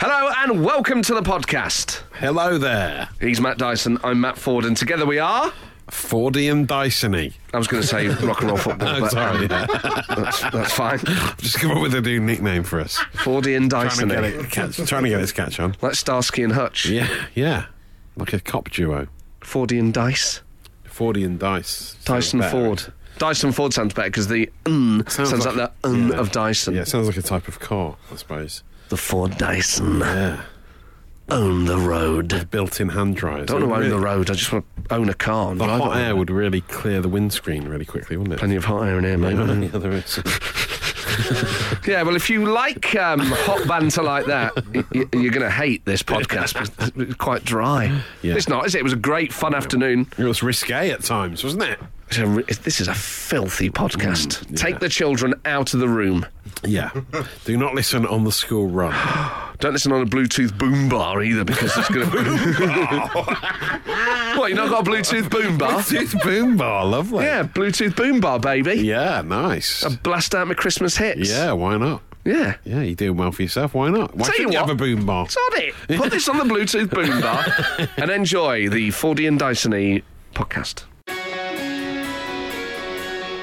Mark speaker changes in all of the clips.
Speaker 1: Hello and welcome to the podcast.
Speaker 2: Hello there,
Speaker 1: He's Matt Dyson, I'm Matt Ford, and together we are.
Speaker 2: Fordy and Dysony.
Speaker 1: I was going to say rock and roll football,
Speaker 2: Oh,
Speaker 1: but
Speaker 2: sorry, yeah.
Speaker 1: that's, that's fine.
Speaker 2: just come up with a new nickname for us.
Speaker 1: Fordy and
Speaker 2: Trying
Speaker 1: Dyson.
Speaker 2: to get it, catch, trying to get its catch on.
Speaker 1: Like Starsky and Hutch.
Speaker 2: Yeah, yeah, like a cop duo.
Speaker 1: Fordy and Dice.
Speaker 2: Fordy and Dice. sounds
Speaker 1: Dyson
Speaker 2: better.
Speaker 1: Ford. Dyson Ford sounds better because the "n" sounds, like, the "n"
Speaker 2: yeah.
Speaker 1: of Dyson.
Speaker 2: Yeah, it sounds like a type of car, I suppose.
Speaker 1: The Ford Dyson.
Speaker 2: Yeah,
Speaker 1: Own the road.
Speaker 2: built-in hand dryers.
Speaker 1: Don't know
Speaker 2: It
Speaker 1: own the
Speaker 2: really-
Speaker 1: road. I just want to own a car. And
Speaker 2: The
Speaker 1: drive
Speaker 2: hot
Speaker 1: it.
Speaker 2: air would really clear the windscreen really quickly, wouldn't it?
Speaker 1: Plenty of hot air in here, mate. wouldn't
Speaker 2: yeah, there is.
Speaker 1: Yeah, well, if you like um, hot banter like that, y- y- you're going to hate this podcast. because It's quite dry.
Speaker 2: Yeah.
Speaker 1: It's not, is it? It was a great, fun afternoon.
Speaker 2: It was risque at times, wasn't it?
Speaker 1: It's a re- this is a filthy podcast.
Speaker 2: Mm, yeah.
Speaker 1: Take the children out of the room.
Speaker 2: Yeah. Do not listen on the school run.
Speaker 1: Don't listen on a Bluetooth boom bar either, because it's going to. what? You not got a Bluetooth boom bar?
Speaker 2: Bluetooth boom bar, lovely.
Speaker 1: yeah, Bluetooth boom bar, baby.
Speaker 2: Yeah, nice.
Speaker 1: Blast out my Christmas hits.
Speaker 2: Yeah, why not?
Speaker 1: Yeah.
Speaker 2: Yeah, you're doing well for yourself. Why not? Why
Speaker 1: Tell you
Speaker 2: shouldn't you,
Speaker 1: what.
Speaker 2: have a boom bar?
Speaker 1: It's on it. Put this on the Bluetooth boom bar and enjoy the Fordy and Dysony podcast.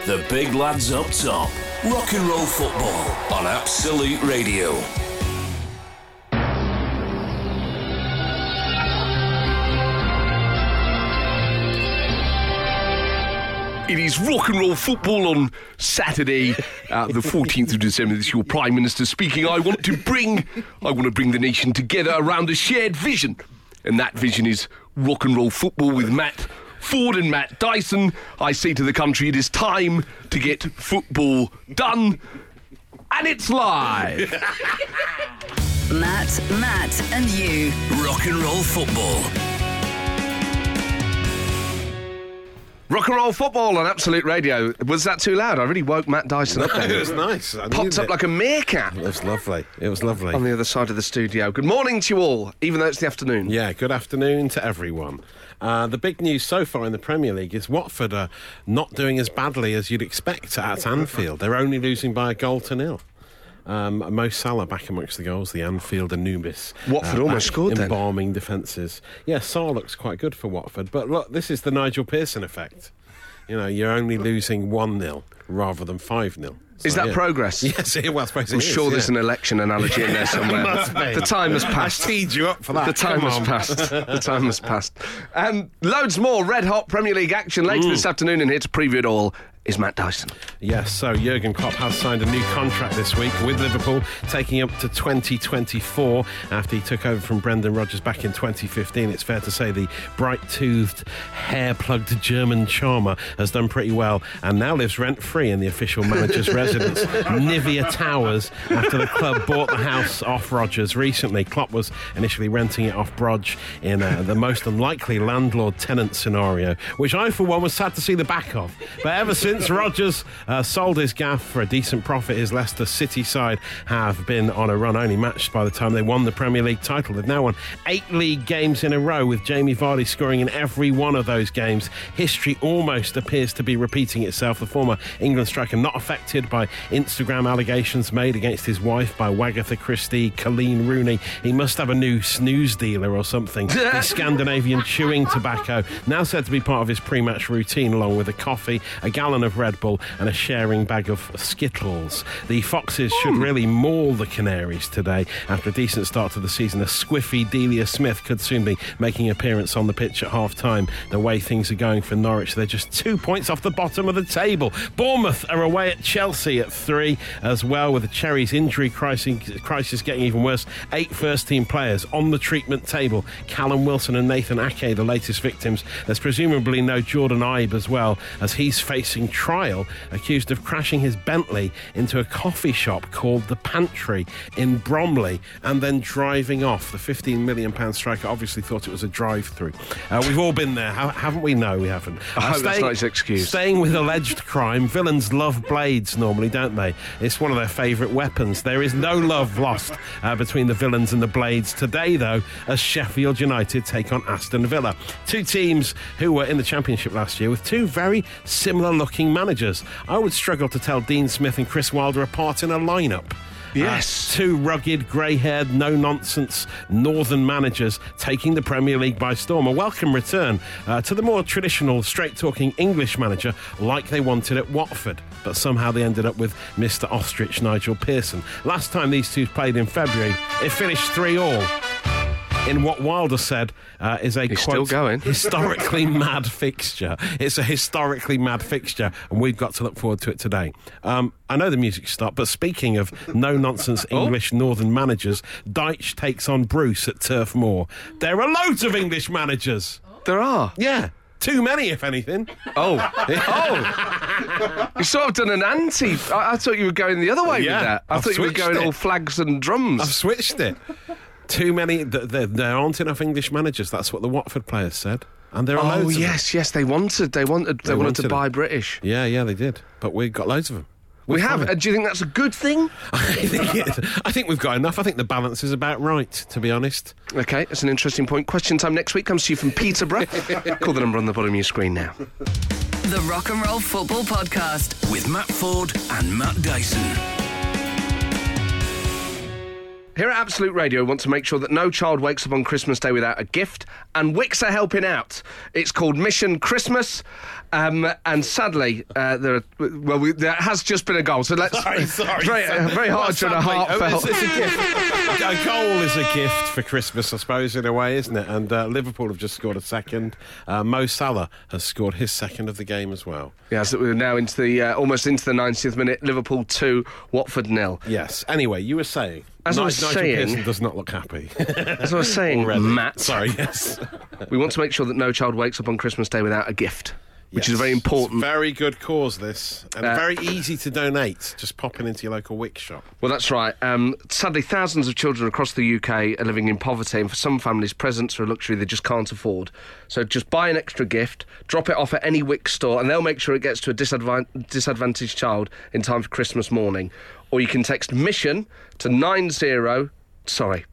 Speaker 3: The big lads up top. Rock and roll football on Absolute Radio.
Speaker 1: It is rock and roll football on Saturday, uh, the 14th of December. This is your Prime Minister speaking. I want to bring, I want to bring the nation together around a shared vision, and that vision is rock and roll football with Matt Ford and Matt Dyson. I say to the country, it is time to get football done, and it's live.
Speaker 4: Matt, Matt, and you.
Speaker 3: Rock and roll football.
Speaker 1: rock and roll football on Absolute Radio. Was that too loud? I really woke Matt Dyson up.
Speaker 2: it
Speaker 1: There.
Speaker 2: was nice. I
Speaker 1: Popped
Speaker 2: needed
Speaker 1: up
Speaker 2: it.
Speaker 1: like a meerkat.
Speaker 2: It was lovely. It was lovely.
Speaker 1: on the other side of the studio. Good morning to you all, even though it's the afternoon.
Speaker 2: yeah, good afternoon to everyone. Uh, the big news so far in the Premier League is Watford are not doing as badly as you'd expect at Anfield. They're only losing by a goal to nil. Um, Mo Salah back amongst the goals, the Anfield Anubis.
Speaker 1: Watford almost
Speaker 2: back
Speaker 1: scored then.
Speaker 2: Embalming defences. Yeah, Saar looks quite good for Watford. But look, this is the Nigel Pearson effect. You know, you're only losing 1 0 rather than 5 0.
Speaker 1: Is that progress?
Speaker 2: Yes, yeah, well, I suppose
Speaker 1: I'm sure there's an election analogy in there somewhere.
Speaker 2: Must be.
Speaker 1: The time has
Speaker 2: I
Speaker 1: passed.
Speaker 2: teed you up for that.
Speaker 1: The time
Speaker 2: Come
Speaker 1: has
Speaker 2: on.
Speaker 1: passed. The time has passed. And loads more red hot Premier League action later
Speaker 2: Mm.
Speaker 1: this afternoon. And here to preview it all is Matt Dyson.
Speaker 2: Yes, so Jurgen Klopp has signed a new contract this week with Liverpool, taking up to 2024 after he took over from Brendan Rodgers back in 2015. It's fair to say the bright toothed, hair plugged German charmer has done pretty well and now lives rent free in the official manager's residence, Nivea Towers, after the club bought the house off Rodgers recently. Klopp was initially renting it off Brodge in uh, the most unlikely landlord tenant scenario, which I, for one, was sad to see the back of. But ever since Rodgers uh, sold his gaff for a decent profit, his Leicester City side have been on a run, only matched by the time they won the Premier League title. They've now won eight league games in a row, with Jamie Vardy scoring in every one of those games. History almost appears to be repeating itself. The former England striker not affected by Instagram allegations made against his wife by Wagatha Christie, Colleen Rooney. He must have a new snooze dealer or something. His Scandinavian chewing tobacco, now said to be part of his pre match routine, along with a coffee, a gallon of Red Bull, and a sharing bag of Skittles. The Foxes should really maul the Canaries today. After a decent start to the season, a squiffy Delia Smith could soon be making an appearance on the pitch at half time. The way things are going for Norwich, they're just two points off the bottom of the table. Bournemouth are away at Chelsea at three as well, with the Cherries' injury crisis, crisis getting even worse. Eight first team players on the treatment table. Callum Wilson and Nathan Ake, the latest victims. There's presumably no Jordan Ibe as well, as he's facing trial, accused of crashing his Bentley into a coffee shop called The Pantry in Bromley and then driving off. The £15 million striker obviously thought it was a drive through. we've all been there, ha- haven't we? No, we haven't.
Speaker 1: I
Speaker 2: Uh,
Speaker 1: hope that's not his excuse.
Speaker 2: Staying with alleged crime, villains love blades normally, don't they? It's one of their favourite weapons. There is no love lost uh, between the villains and the blades today, though, as Sheffield United take on Aston Villa. Two teams who were in the Championship last year with two very similar looking managers. I would struggle to tell Dean Smith and Chris Wilder apart in a lineup.
Speaker 1: Yes.
Speaker 2: Uh, two rugged, grey haired, no nonsense northern managers taking the Premier League by storm. A welcome return uh, to the more traditional, straight talking English manager like they wanted at Watford. But somehow they ended up with Mr. Ostrich Nigel Pearson. Last time these two played in February, it finished 3 all in what Wilder said uh, is a
Speaker 1: He's still
Speaker 2: quote,
Speaker 1: going.
Speaker 2: historically mad fixture. It's a historically mad fixture, and we've got to look forward to it today. Um, I know the music stopped, but speaking of no nonsense
Speaker 1: Oh.
Speaker 2: English Northern managers, Deitch takes on Bruce at Turf Moor. There are loads of English managers.
Speaker 1: There are.
Speaker 2: Yeah, too many, if anything.
Speaker 1: Oh. oh. You sort of done an anti. I, I thought you were going the other way
Speaker 2: Yeah,
Speaker 1: with that. I
Speaker 2: I've
Speaker 1: thought you were
Speaker 2: switched
Speaker 1: going
Speaker 2: it.
Speaker 1: all flags and drums.
Speaker 2: I've switched it. Too many. th- There, there aren't enough English managers. That's what the Watford players said. And there are
Speaker 1: oh,
Speaker 2: loads. of them.
Speaker 1: yes, yes. They wanted. They wanted. They, wanted,
Speaker 2: wanted
Speaker 1: to
Speaker 2: it.
Speaker 1: buy British.
Speaker 2: Yeah, yeah, they did. But we've got loads of them.
Speaker 1: We have. And do you think that's a good thing?
Speaker 2: I think, it- I think we've got enough. I think the balance is about right, to be honest.
Speaker 1: Okay, that's an interesting point. Question time next week comes to you from Peterborough. Call the number on the bottom of your screen now.
Speaker 4: The Rock and Roll Football Podcast.
Speaker 3: With Matt Ford and Matt Dyson.
Speaker 1: Here at Absolute Radio, we want to make sure that no child wakes up on Christmas Day without a gift, and Wix are helping out. It's called Mission Christmas, um, and sadly, uh, there are, well, we, there has just been a goal, so let's. Very, uh, very hard to
Speaker 2: Well,
Speaker 1: a
Speaker 2: sadly,
Speaker 1: heartfelt.
Speaker 2: it's- Oh, it's a gift. A goal is a gift for Christmas, I suppose, in a way, isn't it? And uh, Liverpool have just scored a second. Uh, Mo Salah has scored his second of the game as well.
Speaker 1: Yeah, so we're now into the uh, almost into the 90th minute. Liverpool two, Watford nil.
Speaker 2: Yes. Anyway, you were saying.
Speaker 1: As I
Speaker 2: Ni-
Speaker 1: was
Speaker 2: Nigel
Speaker 1: saying-
Speaker 2: Pearson does not look happy.
Speaker 1: As I was saying,
Speaker 2: already.
Speaker 1: Matt,
Speaker 2: Sorry, yes.
Speaker 1: we want to make sure that no child wakes up on Christmas Day without a gift, which is
Speaker 2: Yes.
Speaker 1: very
Speaker 2: It's
Speaker 1: important.
Speaker 2: very good cause, this. And
Speaker 1: Uh,
Speaker 2: very easy to donate, just popping into your local Wick shop.
Speaker 1: Well, that's right. Um, sadly, thousands of children across the UK are living in poverty, and for some families, presents are a luxury they just can't afford. So just buy an extra gift, drop it off at any Wix store, and they'll make sure it gets to a disadvan- disadvantaged child in time for Christmas morning. Or you can text mission to 90. Sorry.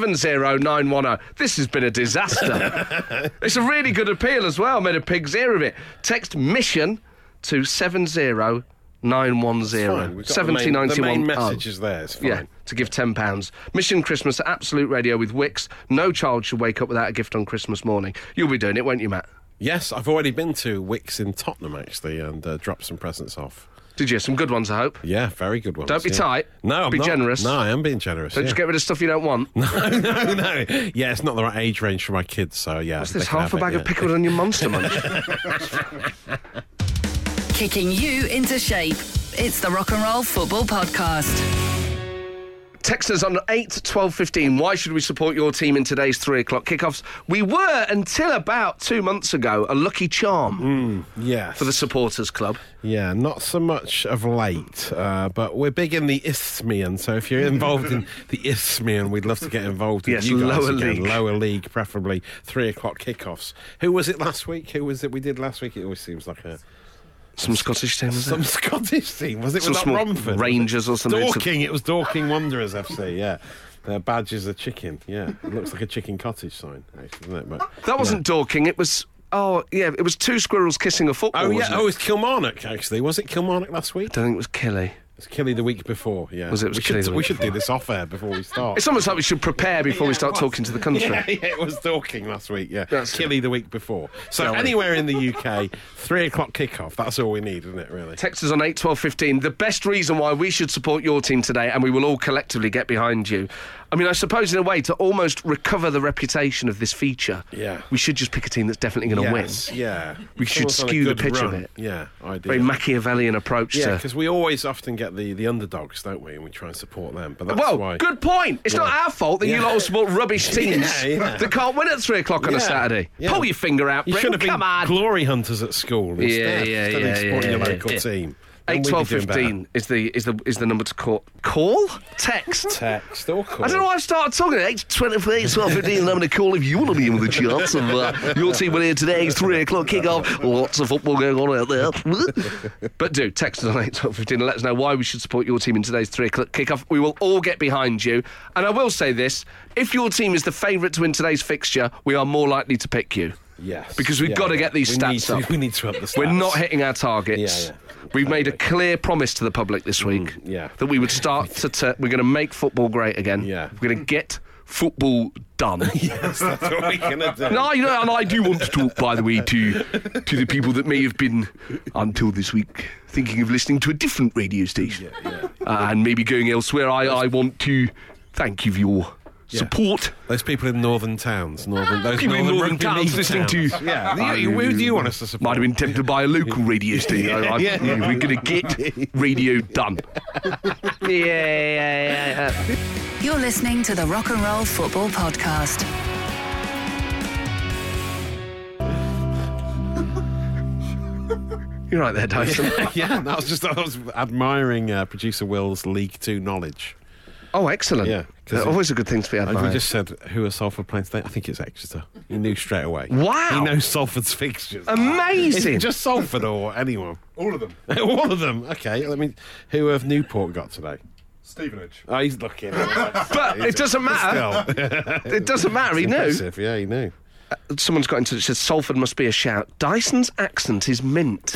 Speaker 1: 70910. oh. This has been a disaster. it's a really good appeal as well. I made a pig's ear of it. Text mission to 70910.
Speaker 2: Fine, we've got the main- The main
Speaker 1: 1791.
Speaker 2: message
Speaker 1: Oh.
Speaker 2: is there. It's fine.
Speaker 1: Yeah, to give £10. Mission Christmas at Absolute Radio with Wix. No child should wake up without a gift on Christmas morning. You'll be doing it, won't you, Matt?
Speaker 2: Yes, I've already been to Wicks in Tottenham actually, and uh, dropped some presents off.
Speaker 1: Did you? Some good ones, I hope.
Speaker 2: Yeah, very good ones.
Speaker 1: Don't be
Speaker 2: yeah.
Speaker 1: tight.
Speaker 2: No, I'm
Speaker 1: Be
Speaker 2: not.
Speaker 1: generous.
Speaker 2: No, I am being generous.
Speaker 1: Don't
Speaker 2: yeah.
Speaker 1: just get rid of stuff you don't want.
Speaker 2: no, no. Yeah, it's not the right age range for my kids. So yeah,
Speaker 1: What's this,
Speaker 2: they can
Speaker 1: half a
Speaker 2: have
Speaker 1: bag
Speaker 2: it,
Speaker 1: of
Speaker 2: yeah.
Speaker 1: pickled onion monster munch?
Speaker 4: Kicking you into shape. It's the Rock and Roll Football Podcast.
Speaker 1: Text us on 8 12 15. Why should we support your team in today's three o'clock kickoffs? We were, until about two months ago, a lucky charm
Speaker 2: Mm. Yes.
Speaker 1: for the supporters club.
Speaker 2: Yeah, not so much of late, uh, but we're big in the Isthmian. So if you're involved in the Isthmian, we'd love to get involved with
Speaker 1: Yes,
Speaker 2: you guys
Speaker 1: lower
Speaker 2: again.
Speaker 1: league.
Speaker 2: Lower league, preferably three o'clock kickoffs. Who was it last week? Who was it we did last week? It always seems like a
Speaker 1: Some Scottish team, was it?
Speaker 2: some Scottish team. Was it
Speaker 1: Some
Speaker 2: was that
Speaker 1: small
Speaker 2: Romford?
Speaker 1: Rangers or something.
Speaker 2: Dorking. It was Dorking Wanderers FC. Yeah. Their badge is a chicken. Yeah, it looks like a chicken cottage sign, actually, doesn't it? But
Speaker 1: That wasn't Dorking, it was. Oh, yeah, it was two squirrels kissing a football.
Speaker 2: Oh yeah.
Speaker 1: wasn't it?
Speaker 2: Oh, it's Kilmarnock actually. Was it Kilmarnock last week?
Speaker 1: I don't think it was Killy.
Speaker 2: It's Killy the week before. Yeah.
Speaker 1: Was it- it was
Speaker 2: we
Speaker 1: Killy
Speaker 2: should,
Speaker 1: the
Speaker 2: we
Speaker 1: week
Speaker 2: should do this off air before we start.
Speaker 1: It's almost like we should prepare before we
Speaker 2: Yeah,
Speaker 1: start
Speaker 2: it was.
Speaker 1: talking to the country.
Speaker 2: Yeah, yeah, it was Dorking last week. Yeah,
Speaker 1: That's
Speaker 2: Killy the week before. So
Speaker 1: Don't worry.
Speaker 2: anywhere in the UK, three o'clock kickoff. That's all we need, isn't it? Really.
Speaker 1: Text us on 8 12 15. The best reason why we should support your team today, and we will all collectively get behind you. I mean, I suppose in a way to almost recover the reputation of this feature,
Speaker 2: Yeah.
Speaker 1: we should just pick a team that's definitely going to
Speaker 2: Yes, Yeah.
Speaker 1: We should
Speaker 2: Someone's on a
Speaker 1: skew the
Speaker 2: good
Speaker 1: pitch of
Speaker 2: run.
Speaker 1: it.
Speaker 2: Yeah. Ideally.
Speaker 1: win. Very Machiavellian approach
Speaker 2: Yeah,
Speaker 1: to.
Speaker 2: because we always often get the, the underdogs, don't we? And we try and support them. But that's
Speaker 1: Well,
Speaker 2: why.
Speaker 1: good point. It's not
Speaker 2: Yeah.
Speaker 1: our fault that you
Speaker 2: Yeah.
Speaker 1: lot all support rubbish teams
Speaker 2: Yeah, yeah.
Speaker 1: that can't win at three o'clock on
Speaker 2: Yeah,
Speaker 1: a Saturday.
Speaker 2: yeah.
Speaker 1: Pull your finger out,
Speaker 2: You
Speaker 1: Britain.
Speaker 2: should have been
Speaker 1: Come on.
Speaker 2: glory hunters at school instead.
Speaker 1: yeah,
Speaker 2: instead
Speaker 1: yeah,
Speaker 2: of supporting
Speaker 1: yeah,
Speaker 2: your
Speaker 1: yeah,
Speaker 2: local
Speaker 1: yeah.
Speaker 2: team. Then
Speaker 1: 8
Speaker 2: we'd be
Speaker 1: 12
Speaker 2: doing better.
Speaker 1: 15 is the, is, the, is the number to call. Call? Text?
Speaker 2: Text or call.
Speaker 1: I don't know why I've started talking. It's 23, 12, 15, and I'm going to call if you want to be in with a chance of uh, your team winning today. It's 3 o'clock kickoff. Lots of football going on out there. but do text us on 8, 12, 15 and let us know why we should support your team in today's 3 o'clock kickoff. We will all get behind you. And I will say this if your team is the favourite to win today's fixture, we are more likely to pick you.
Speaker 2: Yes.
Speaker 1: Because we've
Speaker 2: Yeah,
Speaker 1: got to
Speaker 2: yeah.
Speaker 1: get these
Speaker 2: We
Speaker 1: stats
Speaker 2: need to-
Speaker 1: up.
Speaker 2: we need to up the
Speaker 1: We're
Speaker 2: stats.
Speaker 1: not hitting our targets.
Speaker 2: Yeah, yeah. Mm,
Speaker 1: We've made a clear promise to the public this week
Speaker 2: yeah.
Speaker 1: that we would start to. T- we're going to make football great again.
Speaker 2: Yeah.
Speaker 1: We're going to get football done.
Speaker 2: That's what we're gonna do.
Speaker 1: And I, you know, and I do want to talk, by the way, to to the people that may have been until this week thinking of listening to a different radio station Uh, and maybe going elsewhere. I, I want to thank you for your support.
Speaker 2: Those people in northern towns, northern those
Speaker 1: People in
Speaker 2: northern,
Speaker 1: northern
Speaker 2: rugby
Speaker 1: towns
Speaker 2: league
Speaker 1: listening to.
Speaker 2: towns. Yeah,
Speaker 1: I-
Speaker 2: you- who do you want us to support?
Speaker 1: Might have been tempted by a local radio station. I- I-
Speaker 2: Yeah.
Speaker 1: We're going to get radio done. yeah, yeah, yeah.
Speaker 4: You're listening to the Rock and Roll Football Podcast.
Speaker 1: You're right there, Dyson.
Speaker 2: yeah, that was just I was admiring uh, producer Will's League Two knowledge.
Speaker 1: Oh, excellent.
Speaker 2: Yeah, 'cause
Speaker 1: They're
Speaker 2: it-
Speaker 1: always a good thing to be
Speaker 2: If we
Speaker 1: admired.
Speaker 2: just said who are Salford playing today, I think it's Exeter. He knew straight away.
Speaker 1: Wow.
Speaker 2: he knows Salford's fixtures. Is
Speaker 1: Amazing.
Speaker 2: it just Salford or anyone?
Speaker 5: All of them.
Speaker 2: All of them. Okay, let me. Who have Newport got today?
Speaker 5: Stevenage.
Speaker 2: Oh, he's looking.
Speaker 1: but it doesn't matter. It doesn't matter. He knows.
Speaker 2: Impressive. Yeah, he knew.
Speaker 1: Someone's got in touch. Says Salford must be a shout. Dyson's accent is mint.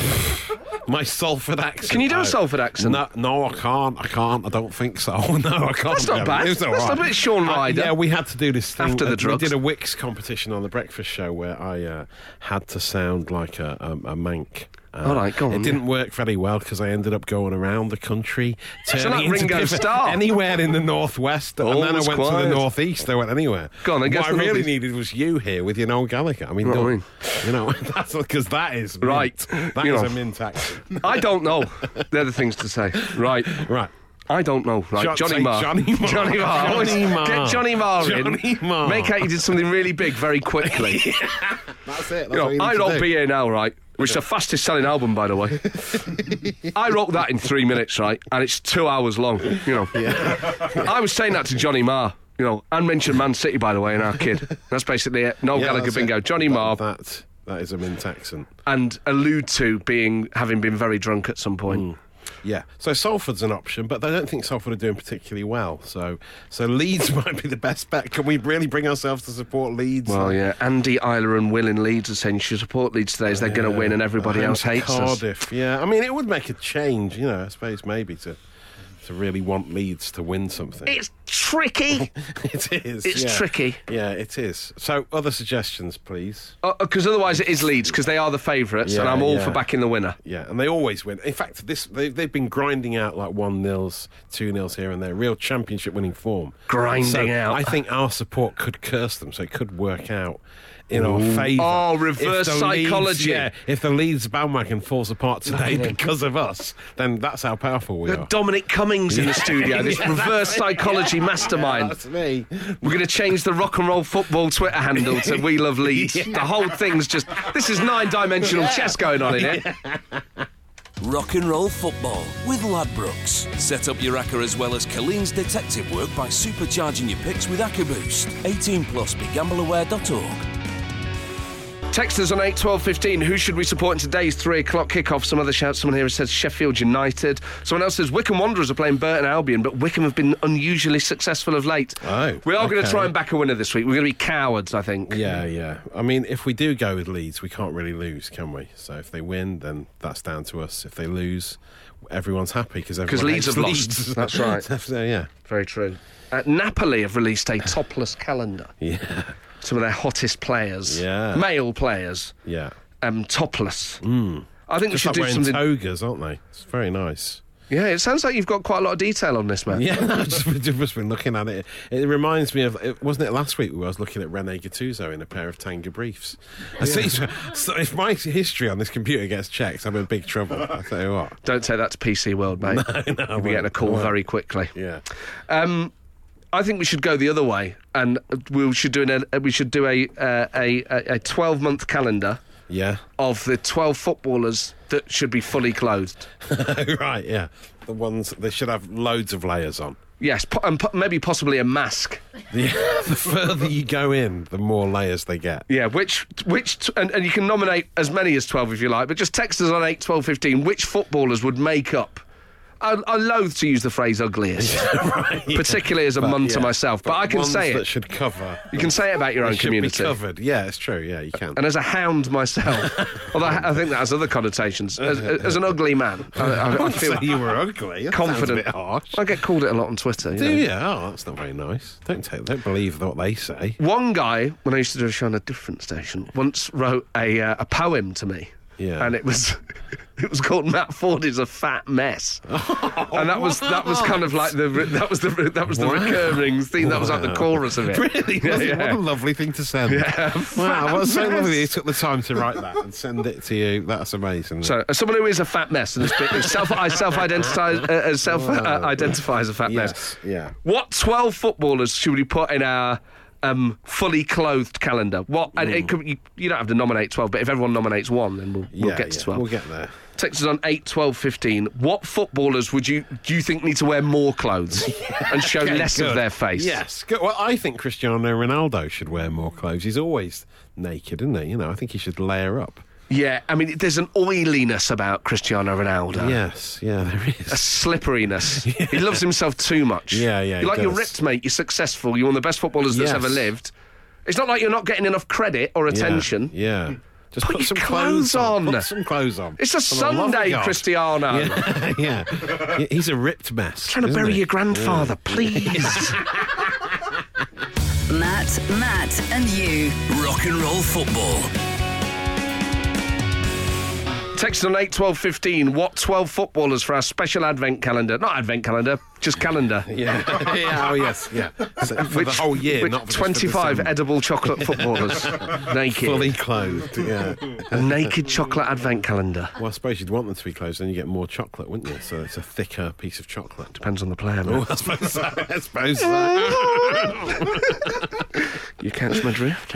Speaker 2: My Salford accent.
Speaker 1: Can you do a
Speaker 2: though.
Speaker 1: Salford accent?
Speaker 2: No, no, I can't. I can't. I don't think so. No, I can't.
Speaker 1: That's not
Speaker 2: Yeah,
Speaker 1: bad.
Speaker 2: it was all
Speaker 1: That's not
Speaker 2: right.
Speaker 1: bad. Sean
Speaker 2: I-
Speaker 1: Ryder.
Speaker 2: yeah, we had to do this thing.
Speaker 1: After the
Speaker 2: uh,
Speaker 1: drugs.
Speaker 2: We did a Wix competition on the breakfast show where I uh, had to sound like a, a, a mank. Uh,
Speaker 1: All right, go
Speaker 2: It
Speaker 1: on,
Speaker 2: didn't work very well because I ended up going around the country, turning
Speaker 1: like
Speaker 2: into
Speaker 1: Ringo
Speaker 2: different-
Speaker 1: Starr.
Speaker 2: anywhere in the northwest, and
Speaker 1: All
Speaker 2: then I
Speaker 1: was
Speaker 2: went to
Speaker 1: quiet.
Speaker 2: the northeast. I went anywhere.
Speaker 1: Go on, then, guess
Speaker 2: what I
Speaker 1: the
Speaker 2: really
Speaker 1: northeast.
Speaker 2: needed was you here with your Noel Gallagher. I mean,
Speaker 1: Right, I
Speaker 2: don't-
Speaker 1: mean.
Speaker 2: you know, that's because that is mint.
Speaker 1: Right,
Speaker 2: That
Speaker 1: you
Speaker 2: is
Speaker 1: know.
Speaker 2: a mint accent.
Speaker 1: I don't know. They're the things to say. Right.
Speaker 2: Right.
Speaker 1: I don't know. Right.
Speaker 2: Jo-
Speaker 1: Johnny
Speaker 2: say
Speaker 1: Marr.
Speaker 2: Johnny Marr.
Speaker 1: Johnny Marr.
Speaker 2: Johnny
Speaker 1: Always
Speaker 2: Marr.
Speaker 1: Get Johnny Marr in.
Speaker 2: Johnny Marr.
Speaker 1: Make out you did something really big very quickly.
Speaker 2: That's it. That's
Speaker 1: You know,
Speaker 2: what you need
Speaker 1: I
Speaker 2: to
Speaker 1: Rock
Speaker 2: do.
Speaker 1: Be Here Now, right? Which is the fastest selling album, by the way. I wrote that in three minutes, right? And it's two hours long, you know. I was saying that to Johnny Marr, you know, and mentioned Man City, by the way, in our kid. That's basically it. No
Speaker 2: Yeah,
Speaker 1: Gallagher
Speaker 2: that's
Speaker 1: bingo.
Speaker 2: it.
Speaker 1: Johnny
Speaker 2: That-
Speaker 1: Marr,
Speaker 2: That, that is a mint accent.
Speaker 1: and allude to being having been very drunk at some point.
Speaker 2: Mm. Yeah. So Salford's an option, but I don't think Salford are doing particularly well. So so Leeds might be the best bet. Can we really bring ourselves to support Leeds?
Speaker 1: Well, yeah. Andy, Isla, and Will in Leeds are saying you should support Leeds today as they're going to win, and everybody
Speaker 2: And
Speaker 1: else hates
Speaker 2: Cardiff.
Speaker 1: us.
Speaker 2: Yeah. I mean, it would make a change, you know, I suppose maybe to to really want Leeds to win something.
Speaker 1: It's tricky
Speaker 2: it is.
Speaker 1: it's
Speaker 2: yeah.
Speaker 1: tricky.
Speaker 2: Yeah, it is. So other suggestions, please.
Speaker 1: because Uh, otherwise it is Leeds because they are the favourites, and
Speaker 2: Yeah,
Speaker 1: I'm all
Speaker 2: yeah.
Speaker 1: for backing the winner.
Speaker 2: Yeah, and they always win. In fact, this they, they've been grinding out like one nils, two nils here and there, real championship winning form.
Speaker 1: Grinding
Speaker 2: So
Speaker 1: out.
Speaker 2: I think our support could curse them, so it could work out in our favour.
Speaker 1: Oh, reverse
Speaker 2: If the Leeds-
Speaker 1: psychology.
Speaker 2: yeah, if the Leeds bandwagon falls apart today because of us, then that's how powerful we
Speaker 1: We've
Speaker 2: are.
Speaker 1: got Dominic Cummings in the studio, this reverse psychology
Speaker 2: Yeah,
Speaker 1: mastermind.
Speaker 2: that's me.
Speaker 1: We're going to change the rock and roll football Twitter handle to We Love Leeds. The whole thing's just this is nine dimensional chess going on in here.
Speaker 3: Rock and roll football with Ladbrokes. Set up your ACCA as well as Colleen's detective work by supercharging your picks with ACCA Boost. 18 plus begambleaware.org.
Speaker 1: Text us on eight twelve fifteen. Who should we support in today's three o'clock kickoff? Some other shout. Someone here says Sheffield United. Someone else says Wickham Wanderers are playing Burton Albion, but Wickham have been unusually successful of late.
Speaker 2: Oh,
Speaker 1: we are going to
Speaker 2: okay.
Speaker 1: try and back a winner this week. We're going to be cowards, I think.
Speaker 2: Yeah, yeah. I mean, if we do go with Leeds, we can't really lose, can we? So if they win, then that's down to us. If they lose, everyone's happy because because
Speaker 1: Leeds have lost. That's right.
Speaker 2: so, yeah,
Speaker 1: Very true. Uh, Napoli have released a topless calendar.
Speaker 2: yeah,
Speaker 1: Some of their hottest players,
Speaker 2: Yeah.
Speaker 1: male players,
Speaker 2: yeah.
Speaker 1: um, topless. I think
Speaker 2: Hmm. Just
Speaker 1: we
Speaker 2: like
Speaker 1: should
Speaker 2: wearing
Speaker 1: do something.
Speaker 2: togas, aren't they? It's very nice.
Speaker 1: yeah, it sounds like you've got quite a lot of detail on this, man.
Speaker 2: Yeah, I've just, I've just been looking at it. It reminds me of, it, wasn't it last week where I was looking at Rene Gattuso in a pair of tanga briefs? I see, so, so if my history on this computer gets checked, I'm in big trouble. I tell you what.
Speaker 1: Don't say that's PC world, mate.
Speaker 2: no, I
Speaker 1: You'll be
Speaker 2: won't.
Speaker 1: getting a
Speaker 2: I
Speaker 1: call
Speaker 2: won't.
Speaker 1: very quickly.
Speaker 2: Yeah.
Speaker 1: Um, I think we should go the other way, and we should do an, uh, we should do a uh, a a- a twelve month calendar
Speaker 2: Yeah.
Speaker 1: of the twelve footballers that should be fully clothed.
Speaker 2: right, yeah. The ones they should have loads of layers on.
Speaker 1: Yes, po- and po- maybe possibly a mask.
Speaker 2: The, the further you go in, the more layers they get.
Speaker 1: Yeah, which which t- and, and you can nominate as many as twelve if you like, but just text us on eight twelve fifteen. Which footballers would make up I, I loathe to use the phrase ugliest, particularly as a mum to
Speaker 2: yeah.
Speaker 1: myself, but, I can
Speaker 2: ones
Speaker 1: say
Speaker 2: that
Speaker 1: it.
Speaker 2: should cover.
Speaker 1: you can say it about your
Speaker 2: They
Speaker 1: own
Speaker 2: should
Speaker 1: community.
Speaker 2: be covered. Yeah, it's true. Yeah, you can.
Speaker 1: And as a hound myself, although I I think that has other
Speaker 2: Uh,
Speaker 1: connotations, as, as an ugly man, I, I, I
Speaker 2: wouldn't
Speaker 1: feel
Speaker 2: say you were ugly. That sounds
Speaker 1: confident.
Speaker 2: A bit harsh.
Speaker 1: I get called it a lot on Twitter. you
Speaker 2: Do
Speaker 1: know.
Speaker 2: you? Oh, that's not very nice. Don't take, don't believe what they say.
Speaker 1: One guy, when I used to do a show on a different station, once wrote a uh, a poem to me.
Speaker 2: Yeah.
Speaker 1: And it was it was called Matt Ford is a fat mess. and that was that was kind of like the re- that was the re- that was the recurring theme. That was like the chorus of it.
Speaker 2: Really?
Speaker 1: Yeah,
Speaker 2: What a-
Speaker 1: yeah.
Speaker 2: What a lovely thing to send. wow, what's so lovely that you took the time to write that and send it to you. That's amazing.
Speaker 1: So, as someone who is a fat mess and is- self, I self-identify uh, uh, self uh, identify as a fat
Speaker 2: yes,
Speaker 1: mess.
Speaker 2: yeah.
Speaker 1: What twelve footballers should we put in our um, fully clothed calendar? What? And
Speaker 2: Hmm.
Speaker 1: it could, you, you don't have to nominate twelve, but if everyone nominates one, then we'll, we'll
Speaker 2: Yeah,
Speaker 1: get to
Speaker 2: yeah,
Speaker 1: 12
Speaker 2: We'll get there.
Speaker 1: Text us on eight twelve fifteen. What footballers would you do you think need to wear more clothes and show less of
Speaker 2: Good.
Speaker 1: their face?
Speaker 2: Yes. Good. Well, I think Cristiano Ronaldo should wear more clothes. He's always naked, isn't he? You know, I think he should layer up.
Speaker 1: Yeah. I mean, there's an oiliness about Cristiano Ronaldo.
Speaker 2: Yes. Yeah, there
Speaker 1: a
Speaker 2: is.
Speaker 1: slipperiness. He loves himself too much.
Speaker 2: Yeah, yeah, he
Speaker 1: You're like you're
Speaker 2: does.
Speaker 1: ripped, mate. You're successful. You're one of the best footballers that's
Speaker 2: Yes.
Speaker 1: ever lived. It's not like you're not getting enough credit or
Speaker 2: Yeah,
Speaker 1: attention.
Speaker 2: Yeah. Just
Speaker 1: Put
Speaker 2: put,
Speaker 1: your
Speaker 2: some
Speaker 1: clothes on.
Speaker 2: Put some clothes on.
Speaker 1: It's a
Speaker 2: For the love of
Speaker 1: Sunday,
Speaker 2: God.
Speaker 1: Cristiano.
Speaker 2: Yeah. yeah. Yeah, He's a ripped mess.
Speaker 1: Trying to
Speaker 2: isn't
Speaker 1: bury
Speaker 2: he?
Speaker 1: your grandfather, please.
Speaker 4: Matt, Matt, and you.
Speaker 3: Rock and roll football.
Speaker 1: Text on eight twelve fifteen. What twelve footballers for our special advent calendar? Not advent calendar, just calendar.
Speaker 2: Yeah. yeah. Oh yes. Yeah. So for the whole year,
Speaker 1: which
Speaker 2: not for just for
Speaker 1: twenty-five
Speaker 2: December.
Speaker 1: edible chocolate footballers, naked,
Speaker 2: fully clothed. Yeah.
Speaker 1: a naked chocolate advent calendar.
Speaker 2: Well, I suppose you'd want them to be closed, then you get more chocolate, wouldn't you? So it's a thicker piece of chocolate.
Speaker 1: Depends on the player. man.
Speaker 2: I suppose so. I suppose so.
Speaker 1: You catch my drift?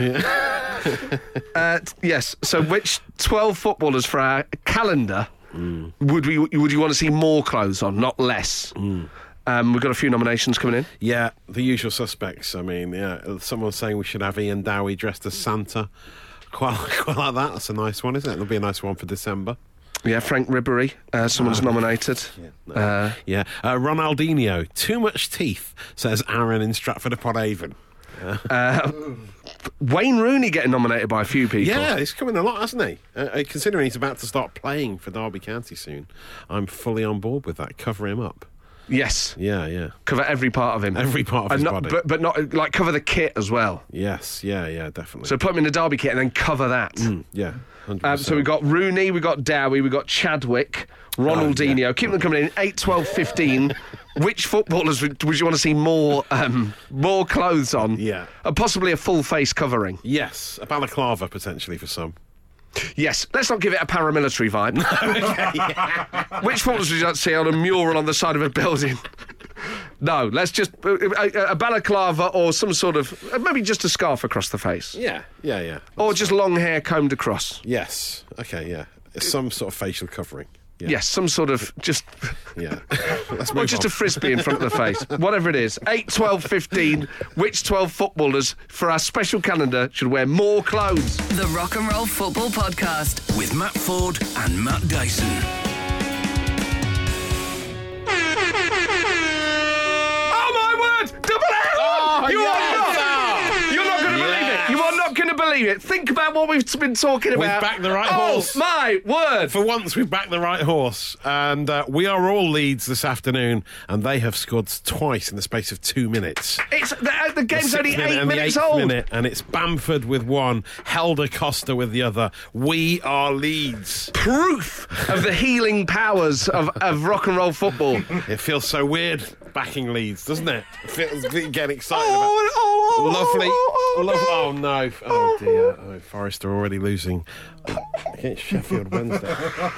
Speaker 1: uh, t- yes. So, which 12 footballers for our calendar would, we, would you want to see more clothes on, not less? Um, we've got a few nominations coming in.
Speaker 2: Yeah, the usual suspects. I mean, yeah, someone's saying we should have Ian Dowie dressed as Santa. Quite, quite like that. That's a nice one, isn't it? That'll be a nice one for December.
Speaker 1: Yeah, Frank Ribery, uh, someone's
Speaker 2: Ah,
Speaker 1: nominated. Uh,
Speaker 2: Yeah. Uh, Ronaldinho, too much teeth, says Aaron in Stratford upon Avon.
Speaker 1: Wayne Rooney getting nominated by a few people.
Speaker 2: Yeah, he's coming a lot, hasn't he? Uh, Uh, considering he's about to start playing for Derby County soon, I'm fully on board with that. Cover him up.
Speaker 1: Yes.
Speaker 2: Yeah, yeah.
Speaker 1: Cover every part of him.
Speaker 2: Every part of
Speaker 1: and
Speaker 2: his
Speaker 1: not,
Speaker 2: body.
Speaker 1: But, but not, like, cover the kit as well.
Speaker 2: Yes, yeah, yeah, definitely. Mm,
Speaker 1: So, put him in the derby kit and then cover that.
Speaker 2: yeah, 100%.
Speaker 1: Um, so we've got Rooney, we've got Dowie, we've got Chadwick,
Speaker 2: Oh,
Speaker 1: Ronaldinho. Keep them coming in. 8, 12, 15. Which footballers would, would you want to see more um, more clothes on?
Speaker 2: Yeah.
Speaker 1: And possibly a full face covering.
Speaker 2: yes, a balaclava potentially for some.
Speaker 1: Yes. Let's not give it a paramilitary vibe. Which footballers would you like to see on a mural on the side of a building? No, let's just a, a, a balaclava or some sort of uh, maybe just a scarf across the face,
Speaker 2: Yeah, yeah, yeah.
Speaker 1: or just long hair combed across.
Speaker 2: yes, okay, yeah, some sort of facial covering. Yeah.
Speaker 1: Yes, some sort of just
Speaker 2: yeah. Let's
Speaker 1: Or
Speaker 2: move
Speaker 1: just
Speaker 2: on.
Speaker 1: a frisbee in front of the face. Whatever it is. 8, 12, 15. Which 12 footballers for our special calendar should wear more clothes?
Speaker 4: The Rock and Roll Football Podcast.
Speaker 3: With Matt Ford and Matt Dyson.
Speaker 1: Oh, my word! Double L! you
Speaker 2: yes!
Speaker 1: are not! You're not going to
Speaker 2: Yes!
Speaker 1: believe it. You are not going to believe it. Think about what we've been talking about.
Speaker 2: backed the right
Speaker 1: oh,
Speaker 2: horse.
Speaker 1: my word.
Speaker 2: For once, we've backed the right horse, and uh, we are all leads this afternoon, and they have scored twice in the space of two minutes.
Speaker 1: It's the, uh, the game's
Speaker 2: The
Speaker 1: only
Speaker 2: sixth minute
Speaker 1: eight
Speaker 2: and the
Speaker 1: minutes
Speaker 2: eighth
Speaker 1: old.
Speaker 2: minute, and it's Bamford with one, Helder Costa with the other. We are leads.
Speaker 1: Proof of the healing powers of, of rock and roll football.
Speaker 2: It feels so weird backing leads, doesn't it? It feels getting excited about
Speaker 1: Oh, oh, oh,
Speaker 2: Lovely.
Speaker 1: oh, oh,
Speaker 2: Lovely. Oh no. Oh dear. Oh, Forest are already losing against Sheffield Wednesday. At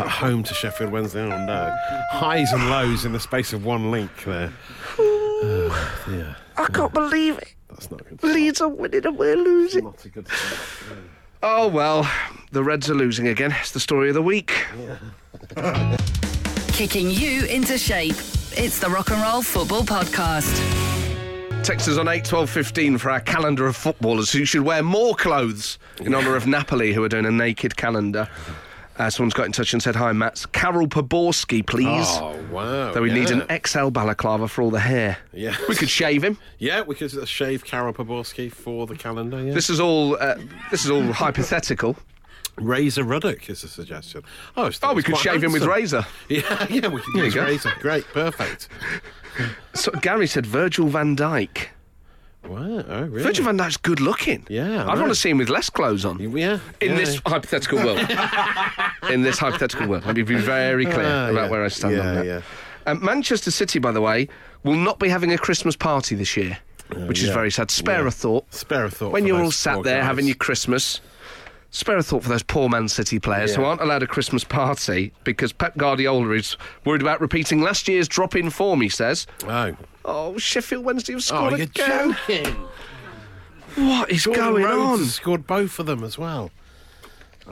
Speaker 2: home to Sheffield Wednesday. Oh no. Highs and lows in the space of one link there. Yeah,
Speaker 1: I can't believe it.
Speaker 2: that's not good.
Speaker 1: Leeds are winning and we're losing.
Speaker 2: Not a good start.
Speaker 1: Oh well, the Reds are losing again. It's the story of the week.
Speaker 4: Kicking you into shape. It's the Rock and Roll Football Podcast.
Speaker 1: Text us on eight twelve fifteen for our calendar of footballers who should wear more clothes in honour of Napoli, who are doing a naked calendar. Uh, someone's got in touch and said, Hi, Matt. Carol Poborski, please.
Speaker 2: Oh, wow.
Speaker 1: so we need
Speaker 2: yeah.
Speaker 1: an XL balaclava for all the hair.
Speaker 2: Yes.
Speaker 1: We could shave him.
Speaker 2: Yeah, we could shave Carol Poborski for the calendar. Yeah.
Speaker 1: This is all. Uh, this is all hypothetical.
Speaker 2: Razor Ruddock is a suggestion. Oh, it's-
Speaker 1: Oh, we
Speaker 2: it's
Speaker 1: could
Speaker 2: quite
Speaker 1: shave him with razor.
Speaker 2: handsome. Yeah, yeah, we could
Speaker 1: you
Speaker 2: use
Speaker 1: go.
Speaker 2: razor. Great, perfect.
Speaker 1: So Gary said Virgil Van Dyke.
Speaker 2: Wow, oh, really?
Speaker 1: Virgil Van Dyke's good looking.
Speaker 2: Yeah,
Speaker 1: I'd
Speaker 2: right.
Speaker 1: want to see him with less clothes on.
Speaker 2: Yeah.
Speaker 1: in
Speaker 2: yeah.
Speaker 1: this hypothetical world. in this hypothetical world. Let me be very clear
Speaker 2: Ah,
Speaker 1: about
Speaker 2: yeah.
Speaker 1: where I stand
Speaker 2: Yeah,
Speaker 1: on that.
Speaker 2: yeah.
Speaker 1: Um, Manchester City, by the way, will not be having a Christmas party this year, which is
Speaker 2: Oh, yeah.
Speaker 1: very sad. Spare
Speaker 2: Yeah.
Speaker 1: a thought.
Speaker 2: Spare a thought
Speaker 1: When
Speaker 2: for
Speaker 1: you're all
Speaker 2: those
Speaker 1: sat
Speaker 2: poor
Speaker 1: there
Speaker 2: guys.
Speaker 1: having your Christmas, spare a thought for those poor Man City players who
Speaker 2: Yeah.
Speaker 1: aren't allowed a Christmas party because Pep Guardiola is worried about repeating last year's drop in form, he says.
Speaker 2: Oh,
Speaker 1: Oh, Sheffield Wednesday have
Speaker 2: oh
Speaker 1: scored
Speaker 2: you're
Speaker 1: again.
Speaker 2: joking.
Speaker 1: What is
Speaker 2: Gordon
Speaker 1: going
Speaker 2: Rhodes
Speaker 1: on?
Speaker 2: has scored both of them as well.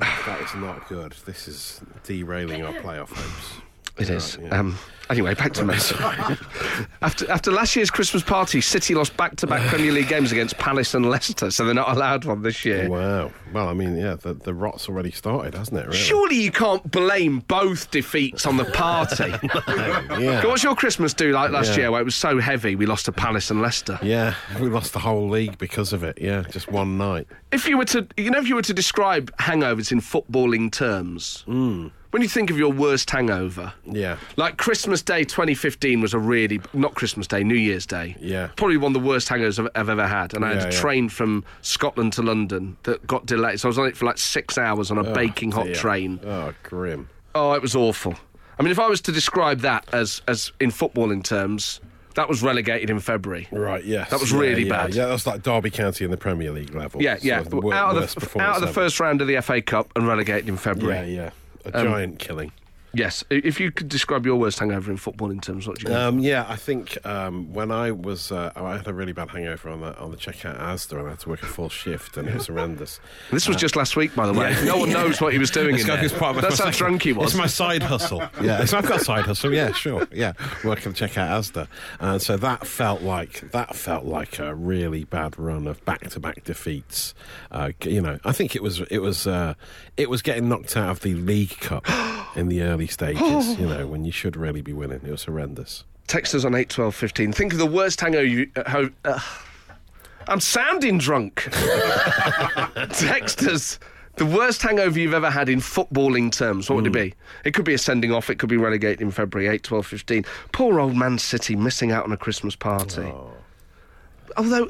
Speaker 2: Oh, that is not good. This is derailing our playoff hopes.
Speaker 1: It is.
Speaker 2: yeah.
Speaker 1: Um, anyway, back to Messi. after, after last year's Christmas party, City lost back to back Premier League games against Palace and Leicester, so they're not allowed one this year.
Speaker 2: Wow. Well, I mean, yeah, the, the rot's already started, hasn't it? Really?
Speaker 1: Surely you can't blame both defeats on the party.
Speaker 2: Yeah.
Speaker 1: What's your Christmas do like last
Speaker 2: Yeah.
Speaker 1: year where it was so heavy we lost to Palace and Leicester?
Speaker 2: Yeah, we lost the whole league because of it. Yeah, just one night.
Speaker 1: If you were to, you know, if you were to describe hangovers in footballing terms, when you think of your worst hangover,
Speaker 2: Hmm. Yeah.
Speaker 1: like Christmas Day 2015 was a really not Christmas Day, New Year's Day,
Speaker 2: Yeah.
Speaker 1: probably one of the worst hangovers I've, I've ever had. And I had
Speaker 2: Yeah,
Speaker 1: a
Speaker 2: yeah.
Speaker 1: train from Scotland to London that got delayed, so I was on it for like six hours on a baking hot
Speaker 2: Oh, Ah, Yeah.
Speaker 1: train.
Speaker 2: Oh, grim.
Speaker 1: Oh, it was awful. I mean, if I was to describe that as as in footballing terms, that was relegated in February.
Speaker 2: Right, yes.
Speaker 1: That was
Speaker 2: Yeah,
Speaker 1: really
Speaker 2: yeah,
Speaker 1: bad.
Speaker 2: Yeah, that's like Derby County in the Premier League level.
Speaker 1: Yeah, yeah.
Speaker 2: Sort of the wor-
Speaker 1: out of
Speaker 2: worst
Speaker 1: the f-
Speaker 2: performance
Speaker 1: out of the
Speaker 2: ever.
Speaker 1: first Um, round of the FA Cup and relegated in February.
Speaker 2: Yeah, yeah. A giant killing.
Speaker 1: Yes. I- If you could describe your worst hangover in footballing terms, what do you? think?
Speaker 2: Um, yeah, I think um, when I was, uh, I had a really bad hangover on the on the checkout at Asda, and I had to work a full shift, and it was horrendous.
Speaker 1: This
Speaker 2: uh,
Speaker 1: was just last week, by the way. No one knows what he was doing in there. That's how drunk he was.
Speaker 6: It's my side hustle.
Speaker 2: yeah, so I've got a side hustle. Yeah, sure. Yeah, working the checkout Asda, and so that felt like that felt like a really bad run of back-to-back defeats. Uh, g- you know, I think it was it was uh, it was getting knocked out of the League Cup in the early stages. you know, when you should really be winning. It was horrendous.
Speaker 1: Text us on eight twelve fifteen. Think of the worst hangover you. Uh, ho- uh, I'm sounding drunk. Text us. The worst hangover you've ever had in footballing terms, what would
Speaker 2: Hmm.
Speaker 1: it be? It could be a sending off, it could be relegated in February, 8, 12, 15. Poor old Man City missing out on a Christmas party.
Speaker 2: Oh.
Speaker 1: Although,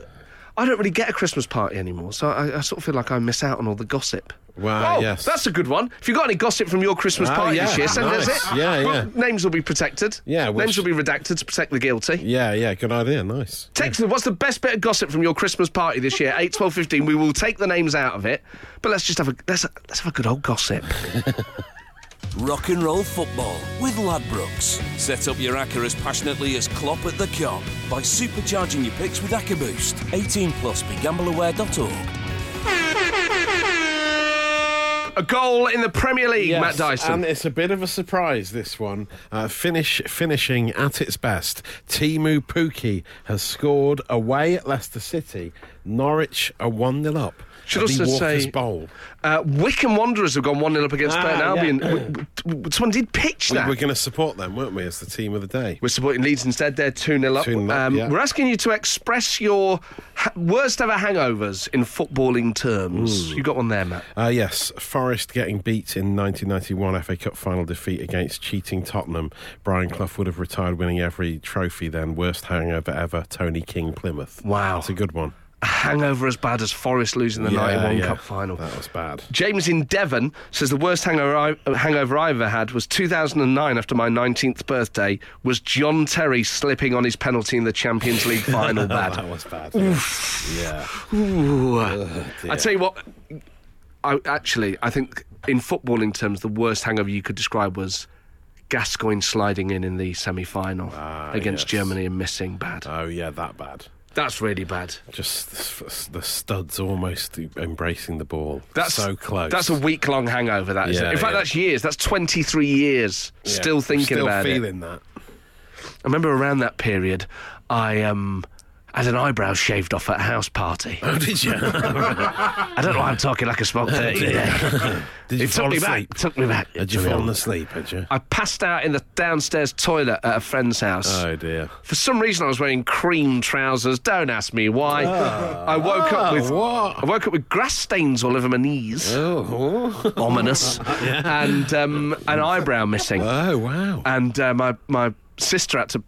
Speaker 1: I don't really get a Christmas party anymore, so I, I sort of feel like I miss out on all the gossip.
Speaker 2: Wow,
Speaker 1: oh,
Speaker 2: yes.
Speaker 1: that's a good one. If you've got any gossip from your Christmas
Speaker 2: Oh,
Speaker 1: party
Speaker 2: yeah,
Speaker 1: this year, send us
Speaker 2: nice.
Speaker 1: it.
Speaker 2: Yeah,
Speaker 1: But
Speaker 2: yeah.
Speaker 1: Names will be protected.
Speaker 2: Yeah, we'll
Speaker 1: names
Speaker 2: sh-
Speaker 1: will be redacted to protect the guilty.
Speaker 2: Yeah, yeah, good idea. Nice.
Speaker 1: Text us, what's the best bit of gossip from your Christmas party this year? 8, 12, 15. We will take the names out of it, but let's just have a let's, let's have a good old gossip.
Speaker 3: Rock and roll football with Ladbrokes. Set up your acca as passionately as Klopp at the Cop by supercharging your picks with Acca Boost. 18 plus begambleaware.org.
Speaker 1: a goal in the Premier League,
Speaker 2: Yes, um,
Speaker 1: Matt Dyson.
Speaker 2: And it's a bit of a surprise, this one. Uh, finish Finishing at its best, Timu Puki has scored away at Leicester City. Norwich are 1 0 up.
Speaker 1: Should
Speaker 2: at the
Speaker 1: also
Speaker 2: Walkers
Speaker 1: say-
Speaker 2: Bowl.
Speaker 1: Uh, Wickham Wanderers have gone 1 0 up against
Speaker 2: Ah,
Speaker 1: Burton
Speaker 2: yeah.
Speaker 1: Albion. W- w- Someone did pitch
Speaker 2: We
Speaker 1: that.
Speaker 2: were going to support them, weren't we, as the team of the day?
Speaker 1: We're supporting Leeds instead. They're 2 0 up. Um,
Speaker 2: 2-0 up, yeah.
Speaker 1: We're asking you to express your ha- worst ever hangovers in footballing terms. You got one there, Matt.
Speaker 2: Uh, yes, Forest getting beat in 1991 FA Cup final defeat against cheating Tottenham. Brian Clough would have retired winning every trophy then. Worst hangover ever, Tony King Plymouth.
Speaker 1: Wow.
Speaker 2: It's a good one.
Speaker 1: A hangover as bad as Forest losing the 91 Cup final.
Speaker 2: That was bad.
Speaker 1: James in Devon says the worst hangover, I, uh, hangover I ever had was 2009 after my 19th birthday was John Terry slipping on his penalty in the Champions League final
Speaker 2: That
Speaker 1: bad.
Speaker 2: was bad. yeah. Yeah.
Speaker 1: Ooh. I
Speaker 2: dear.
Speaker 1: tell you what, I, actually, I think in footballing terms, the worst hangover you could describe was Gascoigne sliding in in the semi-final
Speaker 2: Ah,
Speaker 1: against
Speaker 2: yes.
Speaker 1: Germany and missing bad.
Speaker 2: Oh yeah, that bad.
Speaker 1: That's really bad.
Speaker 2: Just the, f- the studs almost embracing the ball.
Speaker 1: That's
Speaker 2: so close.
Speaker 1: That's a week-long hangover. That is.
Speaker 2: Yeah,
Speaker 1: in fact,
Speaker 2: yeah.
Speaker 1: that's years. That's 23 years.
Speaker 2: Yeah,
Speaker 1: Still
Speaker 2: I'm
Speaker 1: thinking
Speaker 2: still
Speaker 1: about it.
Speaker 2: feeling that.
Speaker 1: I remember around that period, I um, had an eyebrow shaved off at a house party.
Speaker 2: Oh, did you?
Speaker 1: I don't know why I'm talking like a smug thirty. today.
Speaker 2: Did you
Speaker 1: it took
Speaker 2: fall
Speaker 1: me
Speaker 2: asleep?
Speaker 1: back. Took me back.
Speaker 2: Had you fallen asleep? Had you?
Speaker 1: I passed out in the downstairs toilet at a friend's house.
Speaker 2: Oh dear.
Speaker 1: For some reason, I was wearing cream trousers. Don't ask me why. I woke up with
Speaker 2: Oh. what?
Speaker 1: I woke up with grass stains all over my knees,
Speaker 2: Oh.
Speaker 1: ominous, and um, an eyebrow missing.
Speaker 2: Oh wow.
Speaker 1: And uh, my my sister had to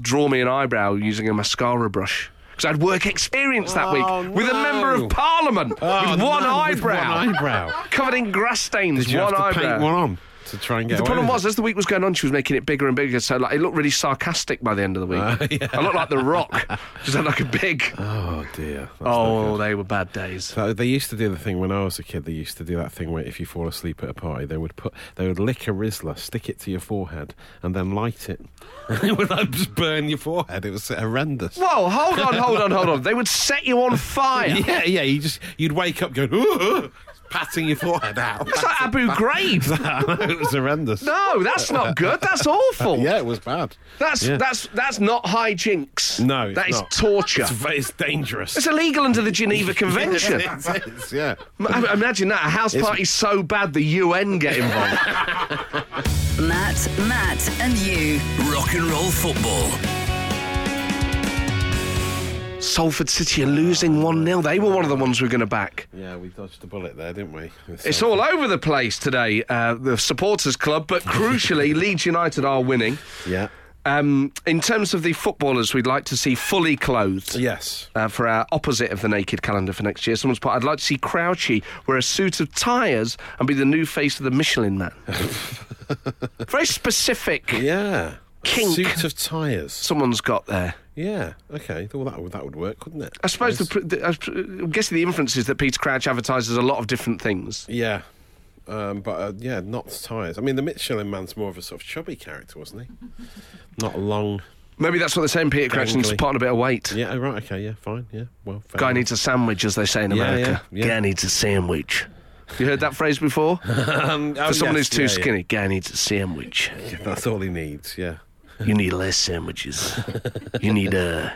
Speaker 1: draw me an eyebrow using a mascara brush. Because I had work experience that week
Speaker 2: Oh,
Speaker 1: with a
Speaker 2: no.
Speaker 1: member of parliament
Speaker 2: Oh,
Speaker 1: with one
Speaker 2: no, with
Speaker 1: eyebrow
Speaker 2: one eyebrow.
Speaker 1: covered in grass stains.
Speaker 2: Did you
Speaker 1: one
Speaker 2: have to
Speaker 1: eyebrow.
Speaker 2: paint one on to try and get
Speaker 1: The
Speaker 2: away
Speaker 1: problem
Speaker 2: with
Speaker 1: was, as the week was going on, she was making it bigger and bigger. So like, it looked really sarcastic by the end of the week.
Speaker 2: Uh,
Speaker 1: I looked like the Rock. Just had like a big.
Speaker 2: it? Oh dear. That's
Speaker 1: Oh, they were bad days.
Speaker 2: So they used to do the thing when I was a kid. They used to do that thing where if you fall asleep at a party, they would put they would lick a Rizzler, stick it to your forehead, and then light it. it would like, just burn your forehead. It was horrendous.
Speaker 1: Whoa, hold on, hold on, hold on. They would set you on fire.
Speaker 2: Yeah, yeah. You just you'd wake up going, "Ooh," patting your forehead out.
Speaker 1: It's like Abu Ghraib.
Speaker 2: it was horrendous.
Speaker 1: No, that's not good. That's awful.
Speaker 2: Yeah, it was bad.
Speaker 1: That's
Speaker 2: Yeah.
Speaker 1: that's that's not high jinks.
Speaker 2: No,
Speaker 1: that
Speaker 2: it's
Speaker 1: is
Speaker 2: not.
Speaker 1: torture.
Speaker 2: It's, ve- it's dangerous.
Speaker 1: It's illegal under the Geneva Convention.
Speaker 2: It is, yeah.
Speaker 1: I- I Imagine that a house party's so bad the UN get involved.
Speaker 4: Matt, Matt, and you.
Speaker 3: Rock and roll football.
Speaker 1: Salford City are losing 1 0. They were one of the ones we were going to back.
Speaker 2: Yeah, we dodged a bullet there, didn't we?
Speaker 1: It's all over the place today, uh, the supporters club, but crucially, Leeds United are winning.
Speaker 2: Yeah.
Speaker 1: Um, in terms of the footballers, we'd like to see fully clothed.
Speaker 2: Yes.
Speaker 1: Uh, for our opposite of the naked calendar for next year, someone's put, I'd like to see Crouchy wear a suit of tyres and be the new face of the Michelin Man. Very specific
Speaker 2: Yeah.
Speaker 1: Kink.
Speaker 2: Suit of tyres.
Speaker 1: someone's got there.
Speaker 2: Yeah. Okay. Well, that would that would work, couldn't it?
Speaker 1: I suppose the, pr- the, I pr- I'm guessing the inference is that Peter Crouch advertises a lot of different things.
Speaker 2: Yeah. Um, but uh, yeah, not tyres. I mean, the Michelin man's more of a sort of chubby character, wasn't he? Not long.
Speaker 1: Maybe that's what they're saying, Peter Crouch needs to
Speaker 2: Gangly.
Speaker 1: put on a bit of weight.
Speaker 2: Yeah. oh, Right. Okay. Yeah. Fine. Yeah. Well. Fair
Speaker 1: Guy
Speaker 2: enough.
Speaker 1: needs a sandwich, as they say in
Speaker 2: Yeah,
Speaker 1: America.
Speaker 2: yeah, yeah.
Speaker 1: Guy needs a sandwich. You heard that phrase before?
Speaker 2: Um, oh,
Speaker 1: For someone who's
Speaker 2: yes,
Speaker 1: too
Speaker 2: yeah, yeah.
Speaker 1: skinny, guy needs a sandwich.
Speaker 2: Yeah, that's all he needs. Yeah.
Speaker 1: You need less sandwiches. you need a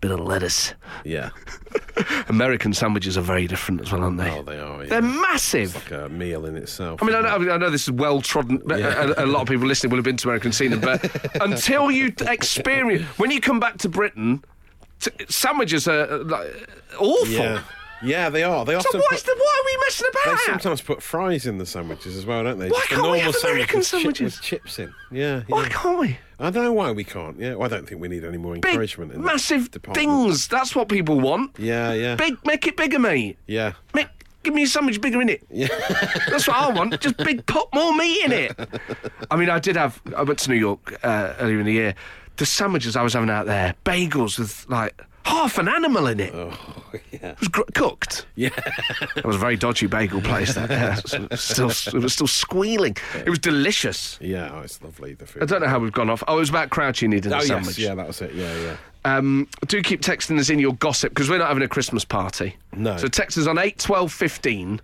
Speaker 1: bit of lettuce.
Speaker 2: Yeah.
Speaker 1: American sandwiches are very different as well, aren't they?
Speaker 2: Oh, they are. Yeah.
Speaker 1: They're massive.
Speaker 2: like a meal in itself.
Speaker 1: I mean, I know, I know this is well trodden. A, a lot of people listening will have been to America and seen them, but until you experience, when you come back to Britain, t- sandwiches are uh, like, awful.
Speaker 2: Yeah. Yeah, they are. They
Speaker 1: So
Speaker 2: often
Speaker 1: what's
Speaker 2: put,
Speaker 1: the, what are we messing
Speaker 2: They
Speaker 1: about?
Speaker 2: sometimes put fries in the sandwiches as well, don't they?
Speaker 1: Why
Speaker 2: Just a
Speaker 1: can't we
Speaker 2: normal
Speaker 1: have American
Speaker 2: sandwich with
Speaker 1: sandwiches?
Speaker 2: chi- with chips in? Yeah. yeah.
Speaker 1: Why can't we?
Speaker 2: I don't know why we can't. Yeah, well, I don't think we need any more
Speaker 1: Big,
Speaker 2: encouragement. in that
Speaker 1: massive
Speaker 2: department.
Speaker 1: things. That's what people want.
Speaker 2: Yeah, yeah,
Speaker 1: Big, make it bigger, mate.
Speaker 2: yeah.
Speaker 1: Make, give me a sandwich bigger in it. Yeah. That's what I want. Just big, put more meat in it. I mean, I did have. I went to New York uh, earlier in the year. The sandwiches I was having out there, bagels with like half an animal in it. Oh, yeah. It was gr- cooked. Yeah. it was a very dodgy bagel place. That, yeah. still, it was still squealing. It was delicious.
Speaker 2: Yeah, oh, it's lovely. The food.
Speaker 1: I don't know how we've gone off. Oh, it was about Crouchy needing
Speaker 2: Oh,
Speaker 1: a
Speaker 2: yes,
Speaker 1: sandwich.
Speaker 2: yeah, that was it. Yeah, yeah.
Speaker 1: Um, do keep texting us in your gossip because we're not having a Christmas party.
Speaker 2: No.
Speaker 1: So text us on 8 12 15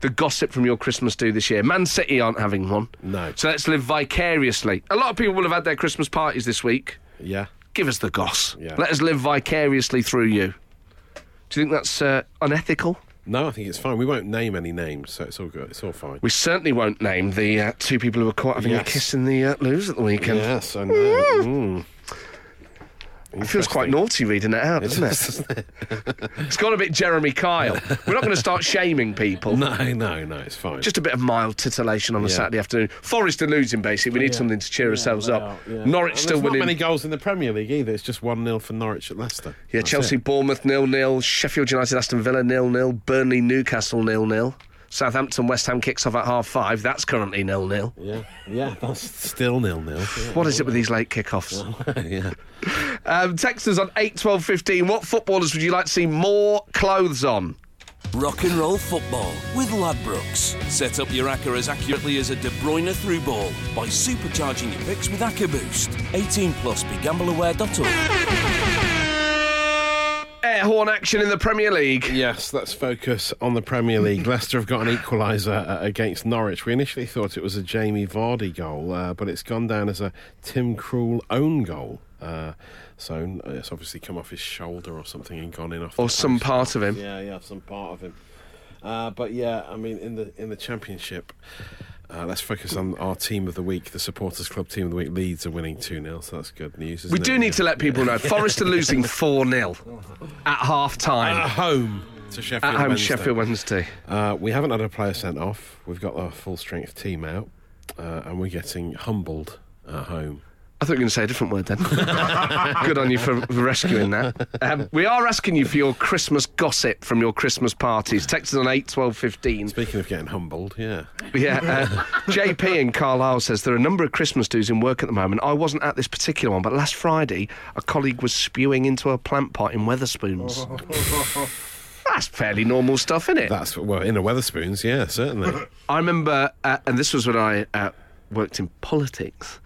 Speaker 1: the gossip from your Christmas do this year. Man City aren't having one.
Speaker 2: No.
Speaker 1: So let's live vicariously. A lot of people will have had their Christmas parties this week.
Speaker 2: Yeah.
Speaker 1: Give us the goss.
Speaker 2: Yeah.
Speaker 1: Let us live vicariously through you. Do you think that's uh, unethical?
Speaker 2: No, I think it's fine. We won't name any names, so it's all good. It's all fine.
Speaker 1: We certainly won't name the uh, two people who were caught having
Speaker 2: Yes.
Speaker 1: a kiss in the uh, loos at the weekend.
Speaker 2: yes, I know.
Speaker 1: Mm-hmm.
Speaker 2: Mm.
Speaker 1: It feels quite naughty reading it out, doesn't it? It's gone a bit Jeremy Kyle. We're not going to start shaming people.
Speaker 2: no, no, no. It's fine.
Speaker 1: Just a bit of mild titillation on a
Speaker 2: Yeah.
Speaker 1: Saturday afternoon. Forest are losing, basically. We need something to cheer ourselves
Speaker 2: They
Speaker 1: up.
Speaker 2: are, yeah.
Speaker 1: Norwich
Speaker 2: And
Speaker 1: still
Speaker 2: there's not
Speaker 1: winning.
Speaker 2: many goals in the Premier League either. It's just one 0 for Norwich at Leicester.
Speaker 1: yeah,
Speaker 2: That's
Speaker 1: Chelsea,
Speaker 2: it.
Speaker 1: Bournemouth, nil nil. Sheffield United, Aston Villa, nil nil. Burnley, Newcastle, nil nil. Southampton, West Ham kicks off at half five. That's currently nil nil.
Speaker 2: Yeah, yeah. That's still nil nil.
Speaker 1: What is it with these late kickoffs?
Speaker 2: yeah.
Speaker 1: Um, text us on eight twelve fifteen. What footballers would you like to see more clothes on?
Speaker 3: Rock and roll football with Ladbrokes. Set up your acca as accurately as a De Bruyne through ball by supercharging your picks with Acca Boost. 18 plus begambleaware.org.
Speaker 1: Air horn action in the Premier League.
Speaker 2: Yes, let's focus on the Premier League. Leicester have got an equaliser uh, against Norwich. We initially thought it was a Jamie Vardy goal, uh, but it's gone down as a Tim Krul own goal. Uh, so uh, it's obviously come off his shoulder or something and gone in off.
Speaker 1: Or
Speaker 2: the
Speaker 1: some
Speaker 2: post.
Speaker 1: part of him.
Speaker 2: Yeah, yeah, some part of him. Uh, but yeah, I mean, in the in the championship, uh, let's focus on our team of the week, the supporters club team of the week. Leeds are winning two 0 so that's good news. Isn't
Speaker 1: We
Speaker 2: it?
Speaker 1: do need to let people know Forest are losing 4 0 at half
Speaker 2: at
Speaker 1: time
Speaker 2: home to
Speaker 1: at
Speaker 2: Sheffield.
Speaker 1: home,
Speaker 2: Wednesday.
Speaker 1: Sheffield Wednesday.
Speaker 2: Uh, we haven't had a player sent off. We've got our full strength team out, uh, and we're getting humbled at home.
Speaker 1: I thought you were going to say a different word then. Good on you for for rescuing that. Um, we are asking you for your Christmas gossip from your Christmas parties. Text us on 8 12 15.
Speaker 2: Speaking of getting humbled, yeah.
Speaker 1: Yeah, uh, JP in Carlisle says there are a number of Christmas do's in work at the moment. I wasn't at this particular one, but last Friday, a colleague was spewing into a plant pot in Weatherspoons. That's fairly normal stuff, isn't it?
Speaker 2: That's well in a Weatherspoons, yeah, certainly.
Speaker 1: I remember, uh, and this was when I uh, worked in politics.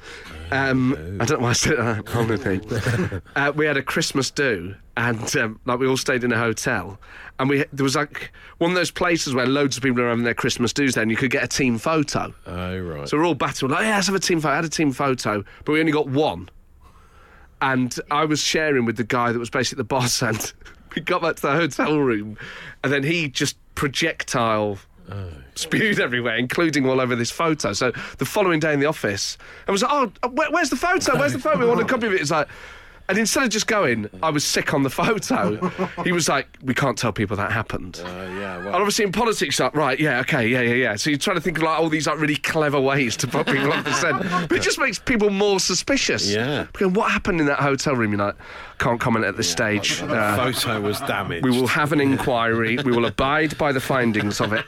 Speaker 1: Um, I don't know why I said that. politics. uh, we had a Christmas do, and um, like we all stayed in a hotel, and we there was like one of those places where loads of people are having their Christmas do's there, and you could get a team photo.
Speaker 2: oh right.
Speaker 1: So we're all battled. Like, yeah, let's have a team photo. I had a team photo, but we only got one. And I was sharing with the guy that was basically the boss, and we got back to the hotel room, and then he just projectile
Speaker 2: Oh.
Speaker 1: spewed everywhere, including all over this photo. So the following day in the office, I was like, "Oh, where, where's the photo? Where's the photo? We want a copy of it." It's like. And instead of just going, I was sick on the photo. he was like, "We can't tell people that happened."
Speaker 2: Uh, yeah,
Speaker 1: And
Speaker 2: well,
Speaker 1: obviously in politics, like, right, yeah, okay, yeah, yeah, yeah. So you're trying to think of like all these like really clever ways to put people on the scent. But it just makes people more suspicious.
Speaker 2: Yeah.
Speaker 1: Because what happened in that hotel room? You're like, can't comment at this stage.
Speaker 2: the
Speaker 1: Uh,
Speaker 2: photo was damaged.
Speaker 1: we will have an inquiry. We will abide by the findings of it.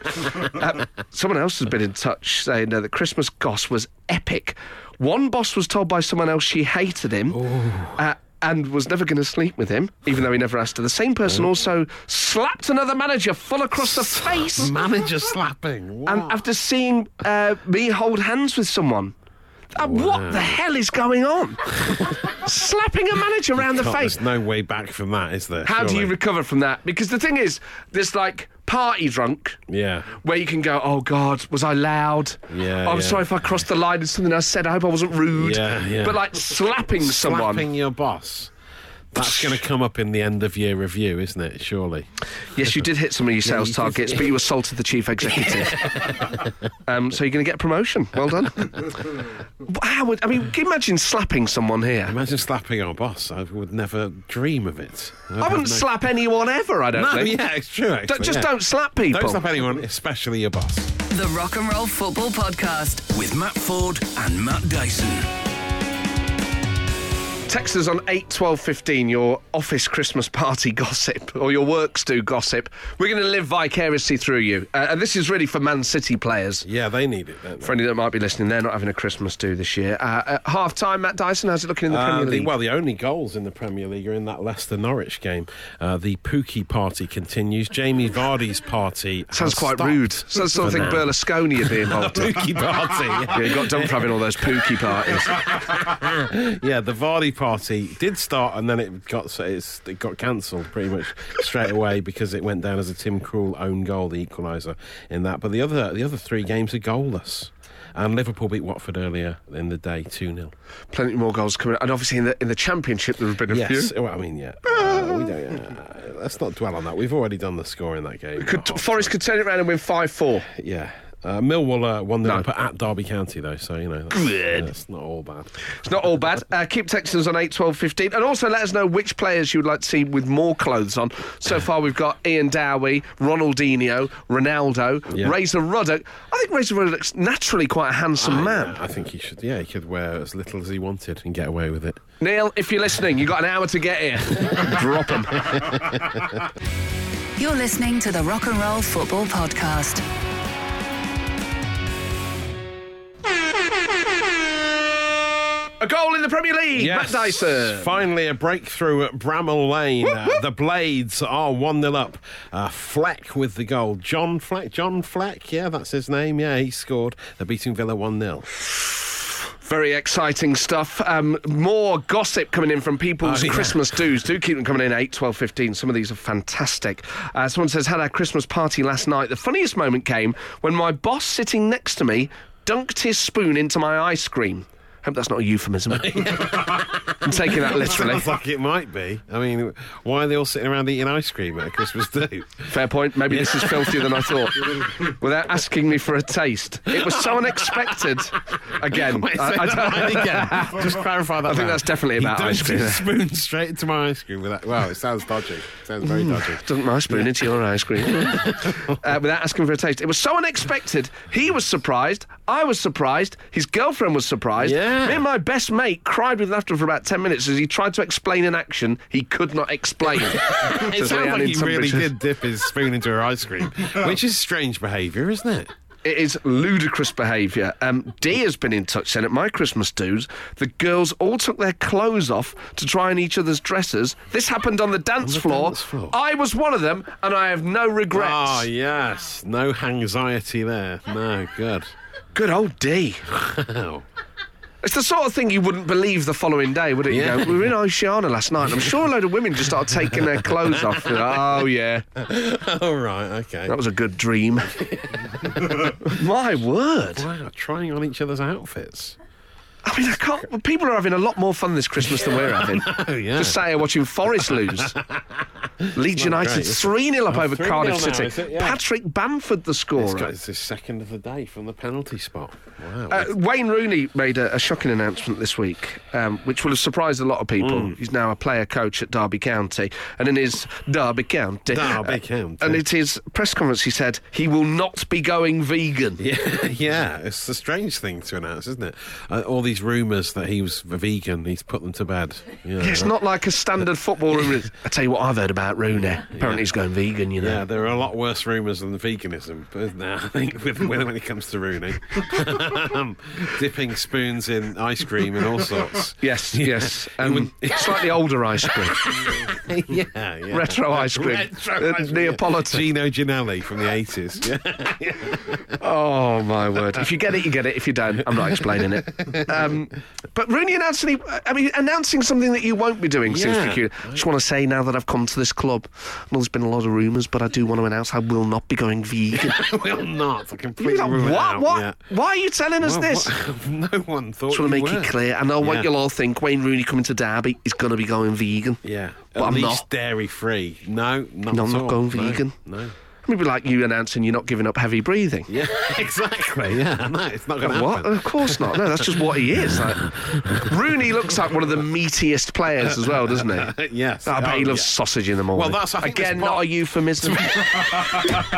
Speaker 1: Um, someone else has been in touch saying uh, that Christmas goss was epic. One boss was told by someone else she hated him. Uh, and was never going to sleep with him, even though he never asked her. The same person also slapped another manager full across the face.
Speaker 2: manager slapping. What?
Speaker 1: And after seeing uh, me hold hands with someone, Uh, what the hell is going on? Slapping a manager around the
Speaker 2: God,
Speaker 1: face.
Speaker 2: There's no way back from that, is there?
Speaker 1: How do you
Speaker 2: surely?
Speaker 1: recover from that? Because the thing is, there's like party drunk.
Speaker 2: Yeah.
Speaker 1: Where you can go, oh God, was I loud?
Speaker 2: Yeah,
Speaker 1: I'm
Speaker 2: yeah.
Speaker 1: sorry if I crossed the line in something I said. I hope I wasn't rude.
Speaker 2: Yeah, yeah.
Speaker 1: But like slapping someone.
Speaker 2: Slapping your boss. That's going to come up in the end of year review, isn't it? Surely.
Speaker 1: Yes, you did hit some of your sales targets, but you assaulted the chief executive. um, so you're going to get a promotion. Well done. But How would I mean? Can you imagine slapping someone here?
Speaker 2: Imagine slapping our boss. I would never dream of it.
Speaker 1: I wouldn't
Speaker 2: have no-
Speaker 1: slap anyone ever. I don't
Speaker 2: No,
Speaker 1: think.
Speaker 2: yeah, it's true. Actually,
Speaker 1: Don't- just
Speaker 2: yeah.
Speaker 1: don't slap people.
Speaker 2: Don't slap anyone, especially your boss.
Speaker 4: The Rock and Roll Football Podcast.
Speaker 3: With Matt Ford and Matt Dyson.
Speaker 1: Text us on eight twelve fifteen. Your office Christmas party gossip or your works do gossip. We're going to live vicariously through you, uh, and this is really for Man City players.
Speaker 2: Yeah, they need it. Don't they?
Speaker 1: For any that might be listening, they're not having a Christmas do this year. Uh, at half time, Matt Dyson, how's it looking in the
Speaker 2: Uh,
Speaker 1: Premier
Speaker 2: the,
Speaker 1: League?
Speaker 2: well, the only goals in the Premier League are in that Leicester Norwich game. Uh, the Pookie party continues. Jamie Vardy's party
Speaker 1: Sounds
Speaker 2: has
Speaker 1: quite
Speaker 2: stopped
Speaker 1: rude. Sounds
Speaker 2: for
Speaker 1: something
Speaker 2: now.
Speaker 1: Berlusconi would be involved in.
Speaker 2: Pookie party.
Speaker 1: Yeah, he got done for having all those pookie parties.
Speaker 2: yeah, the Vardy party did start and then it got so it's, it got cancelled pretty much straight away because it went down as a Tim Krul own goal, the equaliser in that. But the other the other three games are goalless. And Liverpool beat Watford earlier in the day, two 0
Speaker 1: Plenty more goals coming, and obviously in the in the Championship there have been a
Speaker 2: Yes,
Speaker 1: few.
Speaker 2: well, I mean, yeah. Uh, we don't, uh, let's not dwell on that. We've already done the score in that game.
Speaker 1: Could,
Speaker 2: Oh,
Speaker 1: Forest could turn it around and win five four.
Speaker 2: Yeah. Uh, Millwall uh, won the
Speaker 1: No.
Speaker 2: up at Derby County though, so you know that's,
Speaker 1: Good.
Speaker 2: that's not all bad.
Speaker 1: It's not all bad. Uh, keep texting us on eight twelve fifteen, and also let us know which players you would like to see with more clothes on. So far, we've got Ian Dowie, Ronaldinho, Ronaldo,
Speaker 2: Yeah.
Speaker 1: Razor Ruddock. I think Razor Ruddock's naturally quite a handsome
Speaker 2: I-
Speaker 1: man.
Speaker 2: I think he should. Yeah, he could wear as little as he wanted and get away with it.
Speaker 1: Neil, if you're listening, you got an hour to get here. Drop them.
Speaker 4: You're listening to the Rock and Roll Football Podcast.
Speaker 1: A goal in the Premier League. Matt Dyson.
Speaker 2: Finally, a breakthrough at Bramall Lane. Uh, the Blades are 1 0 up. Uh, Fleck with the goal. John Fleck. John Fleck. Yeah, that's his name. Yeah, he scored. They're beating Villa 1 0.
Speaker 1: Very exciting stuff. Um, more gossip coming in from people's
Speaker 2: Oh, yeah.
Speaker 1: Christmas do's. Do keep them coming in 8, 12, 15. Some of these are fantastic. Uh, someone says, had our Christmas party last night. The funniest moment came when my boss sitting next to me dunked his spoon into my ice cream. Hope that's not a euphemism. I'm taking that literally.
Speaker 2: Sounds like it might be. I mean, why are they all sitting around eating ice cream at a Christmas do?
Speaker 1: Fair point. Maybe this is filthier than I thought. Without asking me for a taste, it was so unexpected. Again,
Speaker 2: Wait, say
Speaker 1: I, I
Speaker 2: that
Speaker 1: don't-
Speaker 2: line again. Just clarify that.
Speaker 1: I think
Speaker 2: now.
Speaker 1: that's definitely
Speaker 2: You
Speaker 1: about
Speaker 2: don't
Speaker 1: ice cream.
Speaker 2: just spoon straight into my ice cream with that. Wow, it sounds dodgy. Sounds very
Speaker 1: Hmm.
Speaker 2: dodgy.
Speaker 1: Doesn't my spoon into your ice cream? uh, without asking for a taste. It was so unexpected. He was surprised. I was surprised. His girlfriend was surprised.
Speaker 2: Yeah.
Speaker 1: Me and my best mate cried with laughter for about 10 minutes as he tried to explain an action he could not explain.
Speaker 2: It sounds like he really did dip his spoon into her ice cream, which is strange behaviour, isn't it?
Speaker 1: It is ludicrous behaviour. Um, Dee has been in touch saying at my Christmas dudes, the girls all took their clothes off to try on each other's dresses. This happened on the dance, floor.
Speaker 2: dance floor.
Speaker 1: I was one of them, and I have no regrets.
Speaker 2: Ah, yes. No anxiety there. No, good.
Speaker 1: Good old Dee.
Speaker 2: Wow.
Speaker 1: It's the sort of thing you wouldn't believe the following day, would it? You
Speaker 2: Yeah.
Speaker 1: go, we were in Oceania last night, and I'm sure a load of women just started taking their clothes off. You're like, oh, yeah.
Speaker 2: All right, okay.
Speaker 1: That was a good dream. My word.
Speaker 2: Wow, trying on each other's outfits.
Speaker 1: I mean, I can't. well, People are having a lot more fun this Christmas than we're having.
Speaker 2: Oh, yeah.
Speaker 1: Just sat here watching Forest lose. Leeds United
Speaker 2: great, is it?
Speaker 1: 3 0 up over
Speaker 2: 3-0
Speaker 1: Cardiff
Speaker 2: now,
Speaker 1: City.
Speaker 2: is it? Yeah.
Speaker 1: Patrick Bamford, the
Speaker 2: It's
Speaker 1: scorer.
Speaker 2: got it's the second of the day from the penalty spot. Wow.
Speaker 1: Uh, Wayne Rooney made a, a shocking announcement this week, um, which will have surprised a lot of people. He's now a player coach at Derby County, and in his Derby County,
Speaker 2: Derby
Speaker 1: uh,
Speaker 2: County.
Speaker 1: and at his press conference, he said he will not be going vegan.
Speaker 2: Yeah, yeah, it's a strange thing to announce, isn't it? Uh, all these rumours that he was a vegan, he's put them to bed. Yeah,
Speaker 1: It's not like a standard footballer. I tell you what I've heard about Rooney. Apparently, he's going vegan. You know.
Speaker 2: Yeah, there are a lot worse rumours than veganism, but no, I think with, when when it comes to Rooney, um, dipping spoons in ice cream and all sorts.
Speaker 1: Yes, yes. Um, slightly older ice cream.
Speaker 2: yeah, yeah.
Speaker 1: Retro ice cream.
Speaker 2: Retro
Speaker 1: Uh,
Speaker 2: ice cream,
Speaker 1: Neapolitan.
Speaker 2: Gino Ginelli from the 80s. Yeah.
Speaker 1: Oh, my word. If you get it, you get it. If you don't, I'm not explaining it. Um, but Rooney and Anthony, I mean, announcing something that you won't be doing seems
Speaker 2: Yeah.
Speaker 1: peculiar. I just want to say now that I've come to this club, I know there's been a lot of rumours, but I do want to announce I will not be going vegan.
Speaker 2: Will not. I completely
Speaker 1: You're like,
Speaker 2: rule it
Speaker 1: what?
Speaker 2: out,
Speaker 1: What?
Speaker 2: yeah.
Speaker 1: Why are you telling us
Speaker 2: Well,
Speaker 1: this?
Speaker 2: what- no one thought.
Speaker 1: Just want to
Speaker 2: you
Speaker 1: make
Speaker 2: were.
Speaker 1: it clear. I know
Speaker 2: Yeah.
Speaker 1: what you'll all think. Wayne Rooney coming to Derby is going to be going vegan.
Speaker 2: Yeah,
Speaker 1: But
Speaker 2: at
Speaker 1: I'm
Speaker 2: least
Speaker 1: not.
Speaker 2: dairy free. No, not
Speaker 1: No,
Speaker 2: at
Speaker 1: I'm not
Speaker 2: all.
Speaker 1: going
Speaker 2: No,
Speaker 1: vegan.
Speaker 2: No.
Speaker 1: Maybe like you announcing you're not giving up heavy breathing.
Speaker 2: Yeah, exactly. Yeah, no, it's not going to
Speaker 1: What?
Speaker 2: happen.
Speaker 1: Of course not. No, that's just what he is. Like, Rooney looks like one of the meatiest players as well, doesn't he?
Speaker 2: Yes.
Speaker 1: I bet he
Speaker 2: Oh,
Speaker 1: loves
Speaker 2: yeah.
Speaker 1: sausage in the morning.
Speaker 2: that's- I think
Speaker 1: again
Speaker 2: that's part-
Speaker 1: not a euphemism.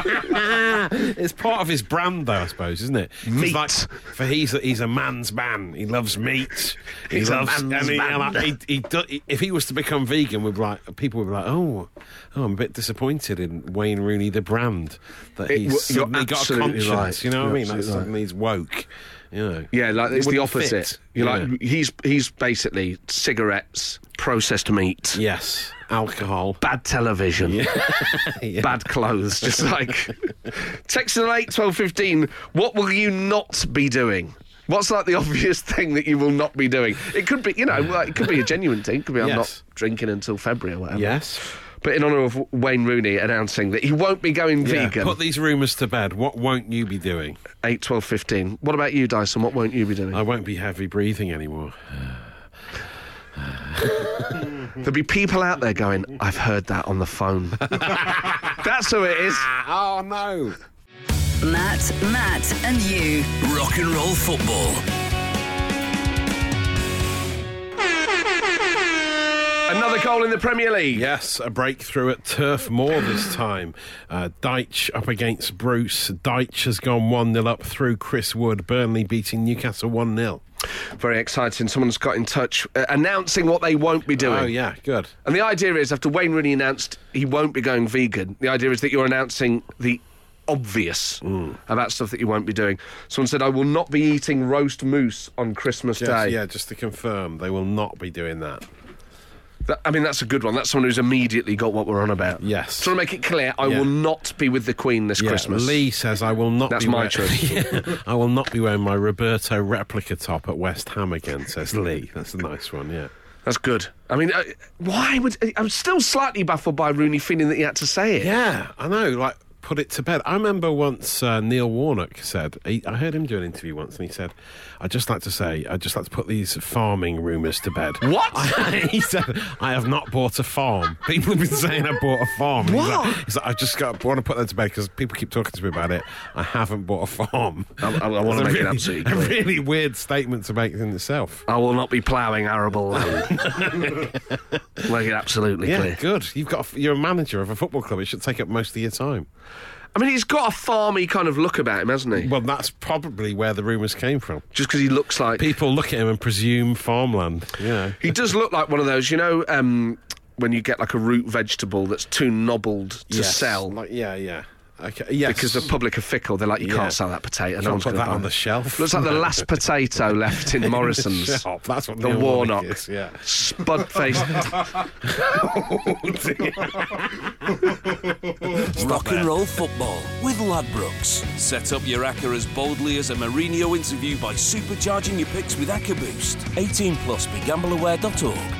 Speaker 2: It's part of his brand, though, I suppose, isn't it? 'Cause,
Speaker 1: Meat.
Speaker 2: Like, for he's a, he's a man's man. He loves meat. He
Speaker 1: He's a
Speaker 2: loves.
Speaker 1: man's
Speaker 2: and he,
Speaker 1: man.
Speaker 2: and like, he, he do, if he was to become vegan, we'd be like people would be like, oh, oh, I'm a bit disappointed in Wayne Rooney the brand that
Speaker 1: It
Speaker 2: he's
Speaker 1: w- you're
Speaker 2: suddenly got a
Speaker 1: absolutely
Speaker 2: conscience.
Speaker 1: right.
Speaker 2: You know what I
Speaker 1: You're
Speaker 2: mean? Like,
Speaker 1: absolutely right.
Speaker 2: suddenly he's woke. You know.
Speaker 1: yeah, like
Speaker 2: It
Speaker 1: it's the
Speaker 2: wouldn't fit.
Speaker 1: opposite. You're
Speaker 2: Yeah.
Speaker 1: like he's he's basically cigarettes, processed meat,
Speaker 2: yes, alcohol.
Speaker 1: bad television.
Speaker 2: Yeah.
Speaker 1: Bad clothes, just like text in eight twelve fifteen. What will you not be doing? What's like the obvious thing that you will not be doing? It could be, you know, like, it could be a genuine thing. It could be I'm
Speaker 2: Yes.
Speaker 1: not drinking until February or whatever.
Speaker 2: Yes.
Speaker 1: But in honour of Wayne Rooney announcing that he won't be going
Speaker 2: Yeah,
Speaker 1: vegan,
Speaker 2: Put these rumours to bed. What won't you be doing?
Speaker 1: 8, 12, 15. What about you, Dyson? What won't you be doing?
Speaker 2: I won't be heavy breathing anymore.
Speaker 1: There'll be people out there going, I've heard that on the phone. That's who it is.
Speaker 2: Oh no!
Speaker 4: Matt, Matt, and you.
Speaker 3: Rock and roll football.
Speaker 1: Another goal in the Premier League.
Speaker 2: Yes, a breakthrough at Turf Moor this time. Uh, Deitch up against Bruce. Deitch has gone 1 0 up through Chris Wood. Burnley beating Newcastle 1 0.
Speaker 1: Very exciting. Someone's got in touch uh, announcing what they won't be doing.
Speaker 2: Oh, yeah, good.
Speaker 1: And the idea is, after Wayne Rooney announced he won't be going vegan, the idea is that you're announcing the obvious
Speaker 2: Mm.
Speaker 1: about stuff that you won't be doing. Someone said, I will not be eating roast moose on Christmas
Speaker 2: Just,
Speaker 1: Day.
Speaker 2: yeah, just to confirm, they will not be doing that.
Speaker 1: That- I mean, that's a good one. That's someone who's immediately got what we're on about.
Speaker 2: Yes.
Speaker 1: Trying to make it clear, I
Speaker 2: Yeah.
Speaker 1: will not be with the Queen this
Speaker 2: Yeah,
Speaker 1: Christmas.
Speaker 2: Lee says, I will not
Speaker 1: That's
Speaker 2: be
Speaker 1: my
Speaker 2: wear-
Speaker 1: choice.
Speaker 2: Yeah, I will not be wearing my Roberto replica top at West Ham again, says Lee. That's a nice one, yeah.
Speaker 1: That's good. I mean, uh, why would. I'm still slightly baffled by Rooney feeling that he had to say it.
Speaker 2: Yeah, I know. Like, put it to bed. I remember once uh, Neil Warnock said, he, I heard him do an interview once, and he said, I'd just like to say, I'd just like to put these farming rumours to bed.
Speaker 1: What?
Speaker 2: he said, I have not bought a farm. People have been saying I bought a farm. And he's
Speaker 1: What?
Speaker 2: like- he's like, I just got, want to put that to bed because people keep talking to me about it. I haven't bought a farm.
Speaker 1: I- I wanna
Speaker 2: It's a
Speaker 1: make it
Speaker 2: really-
Speaker 1: absolutely
Speaker 2: A
Speaker 1: clear.
Speaker 2: really weird statement to make in itself.
Speaker 1: I will not be ploughing arable land. Make it absolutely
Speaker 2: Yeah,
Speaker 1: clear.
Speaker 2: good. You've got. A, you're a manager of a football club. It should take up most of your time.
Speaker 1: I mean, he's got a farmy kind of look about him, hasn't he?
Speaker 2: Well, that's probably where the rumours came from.
Speaker 1: Just because he looks like
Speaker 2: People look at him and presume farmland. Yeah.
Speaker 1: he does look like one of those, you know, um, when you get like a root vegetable that's too knobbled to
Speaker 2: Yes.
Speaker 1: sell
Speaker 2: Like, yeah, yeah. Okay. Yes.
Speaker 1: because the public are fickle. They're like, you
Speaker 2: Yeah.
Speaker 1: can't sell that potato.
Speaker 2: Can't
Speaker 1: no one's
Speaker 2: put
Speaker 1: gonna
Speaker 2: that
Speaker 1: buy
Speaker 2: on
Speaker 1: it."
Speaker 2: the shelf.
Speaker 1: Looks like the
Speaker 2: No.
Speaker 1: last potato left in Morrison's.
Speaker 2: shop. That's what
Speaker 1: the
Speaker 2: Neil Warnock
Speaker 1: Warnock.
Speaker 2: is, yeah.
Speaker 1: Spud faced.
Speaker 3: Rock and roll football with Ladbrokes. Set up your acca as boldly as a Mourinho interview by supercharging your picks with Acca Boost. 18 plus begambleaware.org.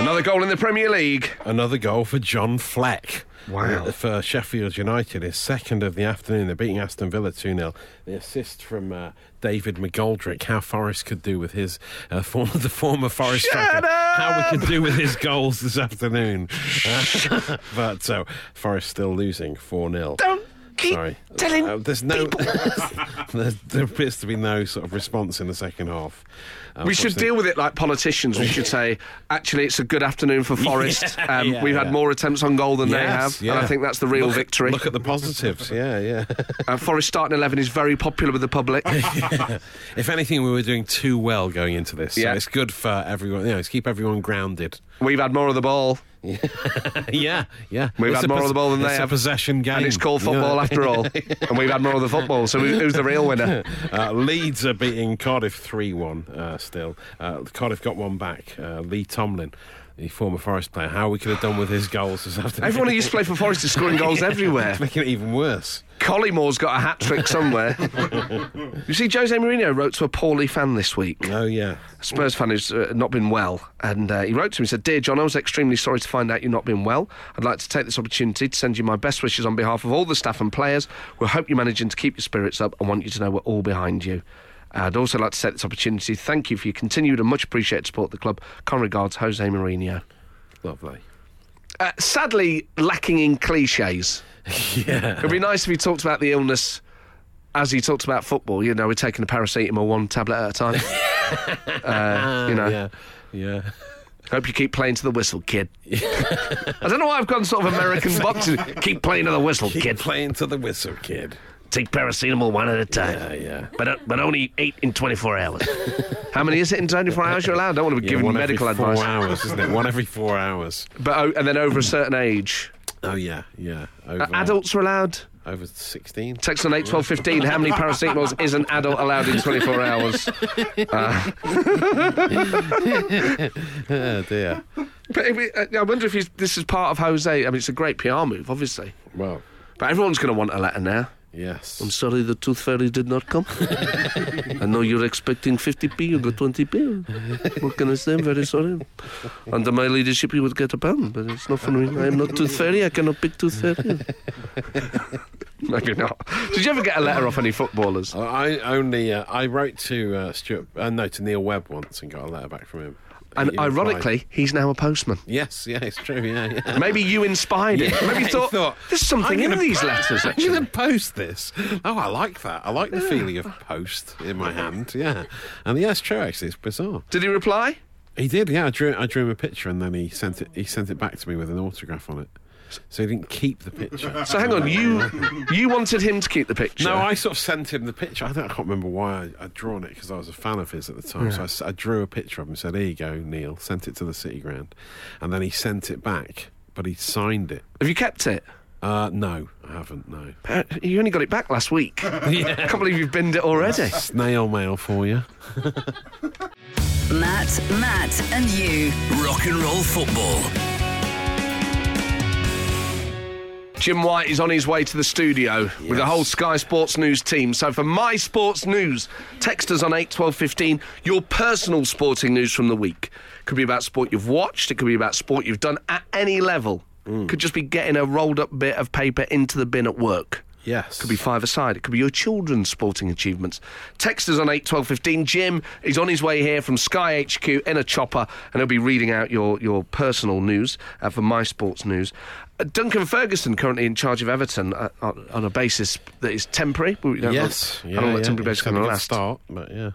Speaker 1: Another goal in the Premier League.
Speaker 2: Another goal for John Fleck. Uh,
Speaker 1: Wow.
Speaker 2: For Sheffield United, his second of the afternoon. They're beating Aston Villa 2 0. The assist from uh, David McGoldrick. How Forrest could do with his uh, former, the former Forest striker. How we could do with his goals this afternoon. Uh, but so, Forest still losing 4 0.
Speaker 1: Don't keep
Speaker 2: Sorry.
Speaker 1: telling.
Speaker 2: Uh, there's no. there, there appears to be no sort of response in the second half.
Speaker 1: we should
Speaker 2: Unfortunately-
Speaker 1: deal with it like politicians. We should say, actually, it's a good afternoon for Forest.
Speaker 2: Yeah,
Speaker 1: um,
Speaker 2: yeah,
Speaker 1: we've
Speaker 2: yeah.
Speaker 1: had more attempts on goal than they
Speaker 2: Yes,
Speaker 1: have, and I
Speaker 2: yeah.
Speaker 1: think that's the real
Speaker 2: Look at-
Speaker 1: victory.
Speaker 2: Look at the positives. Yeah, yeah.
Speaker 1: Uh, Forest starting 11 is very popular with the public.
Speaker 2: if anything, we were doing too well going into this. So
Speaker 1: Yeah.
Speaker 2: it's good for everyone. You know, it's keep everyone grounded.
Speaker 1: we've had more of the ball,
Speaker 2: yeah, yeah.
Speaker 1: We've
Speaker 2: It's
Speaker 1: had
Speaker 2: a
Speaker 1: more
Speaker 2: pos-
Speaker 1: of the ball than
Speaker 2: it's
Speaker 1: they
Speaker 2: a
Speaker 1: have.
Speaker 2: possession game.
Speaker 1: and it's called
Speaker 2: you know.
Speaker 1: football after all. And we've had more of the football, so who- who's the real winner?
Speaker 2: uh, Leeds are beating Cardiff 3 1 uh, still. Uh, Cardiff got one back. Uh, Lee Tomlin, the former Forest player, how we could have done with his goals this afternoon.
Speaker 1: Everyone who used to play for Forest is scoring goals everywhere.
Speaker 2: It's making it even worse.
Speaker 1: Collymore's got a hat trick somewhere. you see, Jose Mourinho wrote to a poorly fan this week.
Speaker 2: Oh, yeah.
Speaker 1: Spurs fan who's uh, not been well, and uh, he wrote to me. He said, "Dear John, I was extremely sorry to find out you've not been well. I'd like to take this opportunity to send you my best wishes on behalf of all the staff and players. We hope you're managing to keep your spirits up, and want you to know we're all behind you." I'd also like to take this opportunity to thank you for your continued and much appreciated support of the club. Kind regards, Jose Mourinho.
Speaker 2: Lovely.
Speaker 1: Uh, sadly, lacking in cliches.
Speaker 2: Yeah.
Speaker 1: It'd be nice if he talked about the illness as he talked about football. You know, we're taking a paracetamol one tablet at a time. uh, you know,
Speaker 2: Yeah. Yeah.
Speaker 1: hope you keep playing to the whistle, kid. I don't know why I've gone sort of American boxing. Keep playing to the whistle,
Speaker 2: Keep
Speaker 1: kid.
Speaker 2: playing to the whistle, kid.
Speaker 1: Take paracetamol one at a time.
Speaker 2: Yeah, yeah.
Speaker 1: But, but only eight in 24 hours. How many is it in 24 hours you're allowed? I don't want to be
Speaker 2: Yeah,
Speaker 1: giving
Speaker 2: one
Speaker 1: medical
Speaker 2: every four
Speaker 1: advice.
Speaker 2: hours, isn't it? One every four hours.
Speaker 1: But oh, And then over a certain age.
Speaker 2: Oh yeah, yeah. Over,
Speaker 1: Uh, adults are allowed.
Speaker 2: over sixteen.
Speaker 1: Text on 8 12 15. How many paracetamols is an adult allowed in 24 hours?
Speaker 2: Oh dear.
Speaker 1: But if it, uh, I wonder if he's, this is part of Jose. I mean, it's a great PR move, obviously.
Speaker 2: Well,
Speaker 1: But everyone's going to want a letter now. I'm
Speaker 2: yes.
Speaker 1: sorry the tooth fairy did not come. I know you're expecting 50p, you got 20p. What can I say? I'm very sorry. Under my leadership, you would get a pound, but it's not for me. I am not tooth fairy, I cannot pick tooth fairy. Maybe not. Did you ever get a letter off any footballers?
Speaker 2: I only uh, I wrote to uh, Stuart. Uh, no, to Neil Webb once and got a letter back from him.
Speaker 1: And
Speaker 2: He replied-
Speaker 1: ironically, he's now a postman.
Speaker 2: yes, yeah, it's true. Yeah, yeah.
Speaker 1: Maybe you inspired him. Maybe you
Speaker 2: he
Speaker 1: thought,
Speaker 2: thought,
Speaker 1: there's something
Speaker 2: I'm
Speaker 1: in
Speaker 2: gonna-
Speaker 1: these letters,
Speaker 2: I'm going
Speaker 1: actually.
Speaker 2: to post this. Oh, I like that. I like the feeling of post in my hand. Yeah, and yeah, it's true. Actually, it's bizarre.
Speaker 1: Did he reply?
Speaker 2: He did, yeah. I drew, I drew him a picture, and then he sent it. He sent it back to me with an autograph on it. So he didn't keep the picture.
Speaker 1: So hang on, you you wanted him to keep the picture.
Speaker 2: No, I sort of sent him the picture. I, don't, I can't remember why I, I'd drawn it because I was a fan of his at the time. So I s- I, drew a picture of him and said, Here you go, Neil. Sent it to the City Ground. And then he sent it back, but he signed it.
Speaker 1: Have you kept it?
Speaker 2: Uh, no, I haven't, no.
Speaker 1: Uh, You only got it back last week. I can't believe you've binned it already.
Speaker 2: Snail mail for you.
Speaker 4: Matt, Matt, and you.
Speaker 3: Rock and roll football.
Speaker 1: Jim White is on his way to the studio with the whole Sky Sports News team. So for my sports news, text us on 8 12 15 your personal sporting news from the week. Could be about sport you've watched, it could be about sport you've done at any level. Could just be getting a rolled up bit of paper into the bin at work.
Speaker 2: Yes.
Speaker 1: Could be five aside. It could be your children's sporting achievements. Text us on 8 12 15. Jim is on his way here from Sky HQ in a chopper, and he'll be reading out your, your personal news uh, for My Sports News. Uh, Duncan Ferguson, currently in charge of Everton uh, on, on a basis that is temporary. We don't know-
Speaker 2: Yes.
Speaker 1: I don't know
Speaker 2: yeah,
Speaker 1: that temporary
Speaker 2: yeah. It's
Speaker 1: basis
Speaker 2: had
Speaker 1: going to
Speaker 2: a good
Speaker 1: last.
Speaker 2: start, but yeah.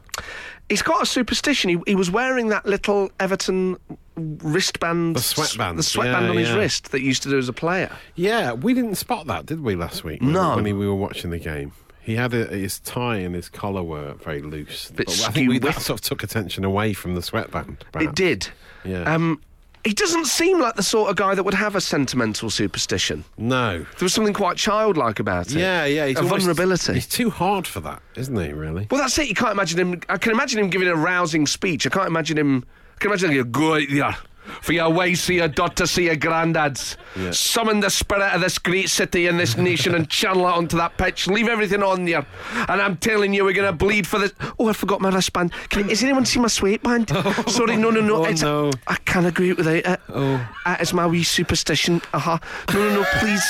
Speaker 1: He's got a superstition. He, he was wearing that little Everton wristband.
Speaker 2: The sweatband.
Speaker 1: The sweatband
Speaker 2: Yeah,
Speaker 1: on his
Speaker 2: yeah.
Speaker 1: wrist that he used to do as a player.
Speaker 2: Yeah, we didn't spot that, did we, last week? when-
Speaker 1: No.
Speaker 2: When he, we were watching the game. He had a, his tie and his collar were very loose.
Speaker 1: Bit
Speaker 2: I think we,
Speaker 1: skew-whiff.
Speaker 2: that sort of took attention away from the sweatband.
Speaker 1: It
Speaker 2: perhaps.
Speaker 1: did.
Speaker 2: Yeah.
Speaker 1: Um, he doesn't seem like the sort of guy that would have a sentimental superstition.
Speaker 2: No.
Speaker 1: There was something quite childlike about it.
Speaker 2: Yeah, yeah. He's
Speaker 1: a
Speaker 2: almost-
Speaker 1: vulnerability.
Speaker 2: He's too hard for that, isn't he, really?
Speaker 1: Well, that's it. You can't imagine him. I can imagine him giving a rousing speech. I can't imagine him. I can imagine him going, go there. For your wives, see your daughter, see your granddads.
Speaker 2: Yeah.
Speaker 1: Summon the spirit of this great city and this nation and channel it onto that pitch. Leave everything on there. And I'm telling you, we're going to bleed for this. Oh, I forgot my wristband. Can, has anyone seen my sweatband? Sorry, no, no, no.
Speaker 2: Oh,
Speaker 1: it's,
Speaker 2: no.
Speaker 1: I can't agree without it. Oh. it's my wee superstition. Uh-huh. No, no, no, please.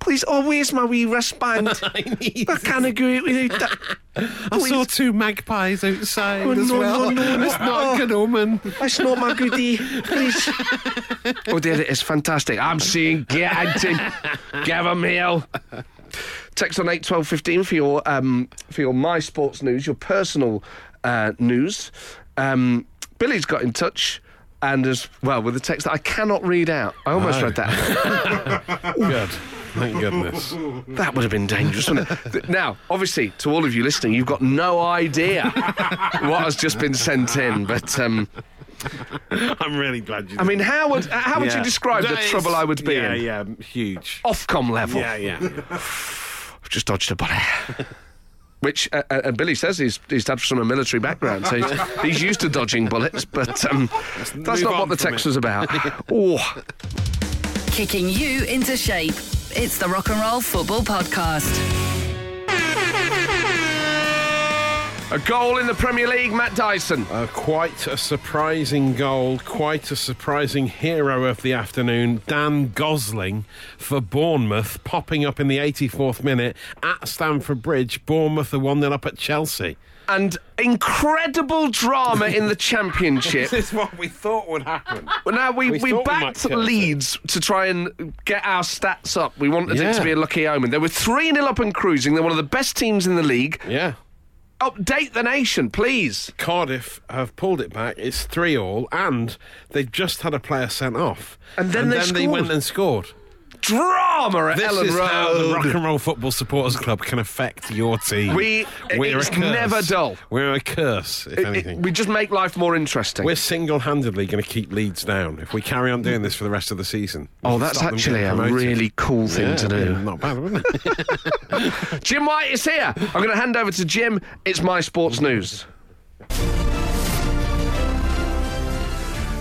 Speaker 1: Please, oh, where's my wee wristband? I, can't agree without that.
Speaker 2: I saw two magpies outside
Speaker 1: Oh,
Speaker 2: as
Speaker 1: no,
Speaker 2: well.
Speaker 1: no, no, no.
Speaker 2: It's not a good omen.
Speaker 1: That's not my goodie, please. oh, there it is. Fantastic. I'm saying get hunting. Give him hell. Text on 8 12 15 for your, um, for your My Sports news, your personal uh, news. Um, Billy's got in touch. And as well, with a text that I cannot read out. I almost
Speaker 2: No.
Speaker 1: read that.
Speaker 2: Good. Thank goodness.
Speaker 1: That would have been dangerous, wouldn't it? Th- Now, obviously, to all of you listening, you've got no idea what has just been sent in. But um,
Speaker 2: I'm really glad you.
Speaker 1: I mean, how would how would you
Speaker 2: Yeah.
Speaker 1: describe the
Speaker 2: That is-
Speaker 1: trouble I would be
Speaker 2: yeah,
Speaker 1: in?
Speaker 2: Yeah, huge.
Speaker 1: Ofcom level.
Speaker 2: Yeah, yeah.
Speaker 1: I've just dodged a bullet. Which, uh, uh, and Billy says he's, he's had from a military background, so he's, he's used to dodging bullets, but um, that's
Speaker 2: move
Speaker 1: not what
Speaker 2: on
Speaker 1: the
Speaker 2: from
Speaker 1: text
Speaker 2: it.
Speaker 1: was about. oh,
Speaker 4: Kicking you into shape. It's the Rock and Roll Football Podcast.
Speaker 1: a goal in the Premier League, Matt Dyson.
Speaker 2: Uh, quite a surprising goal, quite a surprising hero of the afternoon, Dan Gosling for Bournemouth, popping up in the 84th minute at Stamford Bridge. Bournemouth are 1 0 up at Chelsea.
Speaker 1: And incredible drama in the Championship.
Speaker 2: is what we thought would happen.
Speaker 1: Well, now we,
Speaker 2: We
Speaker 1: we,
Speaker 2: thought we might
Speaker 1: backed
Speaker 2: catch it.
Speaker 1: Leeds to try and get our stats up. We wanted it
Speaker 2: Yeah.
Speaker 1: to be a lucky omen. They were 3 0 up and cruising. They're one of the best teams in the league.
Speaker 2: yeah.
Speaker 1: Update the nation, please.
Speaker 2: Cardiff have pulled it back. It's 3 all, and they've just had a player sent off.
Speaker 1: And then they
Speaker 2: they
Speaker 1: scored.
Speaker 2: went and scored.
Speaker 1: Drama at
Speaker 2: This
Speaker 1: Ellen
Speaker 2: is
Speaker 1: Road.
Speaker 2: how the Rock and Roll Football Supporters Club can affect your team.
Speaker 1: We- it's never dull.
Speaker 2: We're a curse, if
Speaker 1: It- it-
Speaker 2: anything.
Speaker 1: we just make life more interesting.
Speaker 2: We're single-handedly going to keep Leeds down if we carry on doing this for the rest of the season. We
Speaker 1: Oh,
Speaker 2: can
Speaker 1: that's
Speaker 2: stop them
Speaker 1: actually
Speaker 2: getting
Speaker 1: a
Speaker 2: promoted.
Speaker 1: really cool thing
Speaker 2: Yeah,
Speaker 1: to
Speaker 2: I
Speaker 1: do.
Speaker 2: mean, Not bad, wasn't it?
Speaker 1: Jim White is here. I'm going to hand over to Jim. It's my sports news.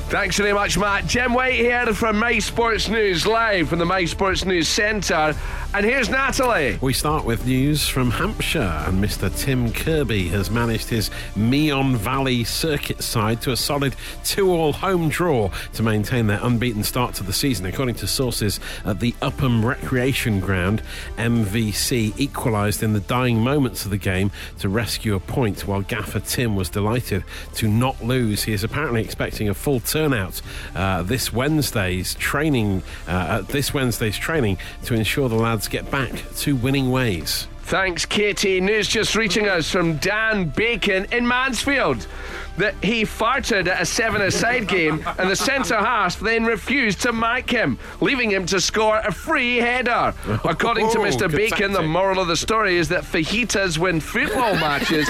Speaker 1: Thanks very much, Matt. Jim White here from My Sports News, live from the My Sports News Centre. And here's Natalie.
Speaker 2: we start with news from Hampshire, and Mr. Tim Kirby has managed his Meon Valley circuit side to a solid two-all home draw to maintain their unbeaten start to the season, according to sources at the Upham Recreation Ground. MVC equalised in the dying moments of the game to rescue a point, while Gaffer Tim was delighted to not lose. He is apparently expecting a full turnout uh, this Wednesday's training uh, at this Wednesday's training to ensure the lads get back to winning ways.
Speaker 1: Thanks, Katie. News just reaching us from Dan Bacon in Mansfield that he farted at a seven-a-side game and the centre half then refused to mark him, leaving him to score a free header. According to
Speaker 2: Oh,
Speaker 1: Mr.
Speaker 2: good
Speaker 1: Bacon, the
Speaker 2: tactic.
Speaker 1: moral of the story is that fajitas win football matches.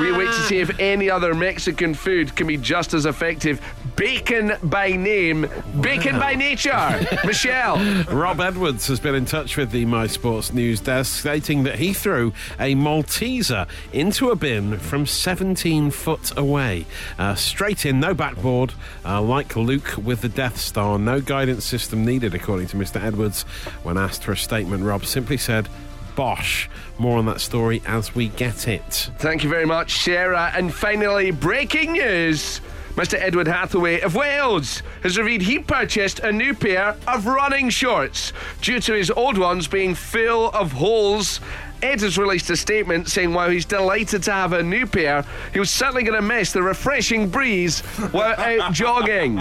Speaker 1: We wait to see if any other Mexican food can be just as effective. Bacon by name, bacon by nature. Michelle.
Speaker 2: Rob Edwards has been in touch with the My Sports News desk, stating that he threw a Malteser into a bin from 17 foot away. Uh, straight in, no backboard, uh, like Luke with the Death Star. No guidance system needed, according to Mr. Edwards. When asked for a statement, Rob simply said, Bosh. More on that story as we get it.
Speaker 1: Thank you very much, Sarah. And finally, breaking news. Mr. Edward Hathaway of Wales has revealed he purchased a new pair of running shorts due to his old ones being full of holes. Ed has released a statement saying while he's delighted to have a new pair, he was certainly going to miss the refreshing breeze while out jogging.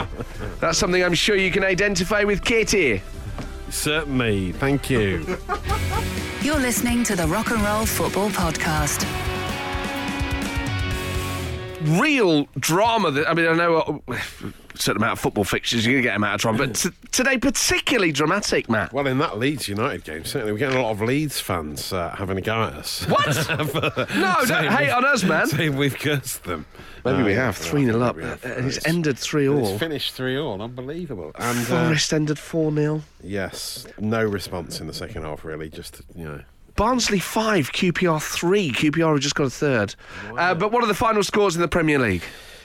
Speaker 1: That's something I'm sure you can identify with, Katie.
Speaker 2: Certainly. Thank you.
Speaker 4: You're listening to the Rock and Roll Football Podcast.
Speaker 1: real drama that I mean, I know uh, a certain amount of football fixtures you're going to get a amount of drama, but t- today particularly dramatic, Matt.
Speaker 2: Well, in that Leeds United game, certainly we're getting a lot of Leeds fans uh, having a go at us.
Speaker 1: What? no, don't hate on us, man.
Speaker 2: Saying we've cursed them.
Speaker 1: Maybe we
Speaker 2: Uh,
Speaker 1: have
Speaker 2: yeah,
Speaker 1: three
Speaker 2: I
Speaker 1: nil
Speaker 2: think
Speaker 1: up,
Speaker 2: we have.
Speaker 1: uh, and it's ended three
Speaker 2: and
Speaker 1: all.
Speaker 2: It's finished three all. Unbelievable. And uh,
Speaker 1: Forest ended four 0
Speaker 2: yes, no response in the second half. Really, just you know.
Speaker 1: Barnsley five, QPR three. QPR have just got a third. Uh, but what are the final scores in the Premier League?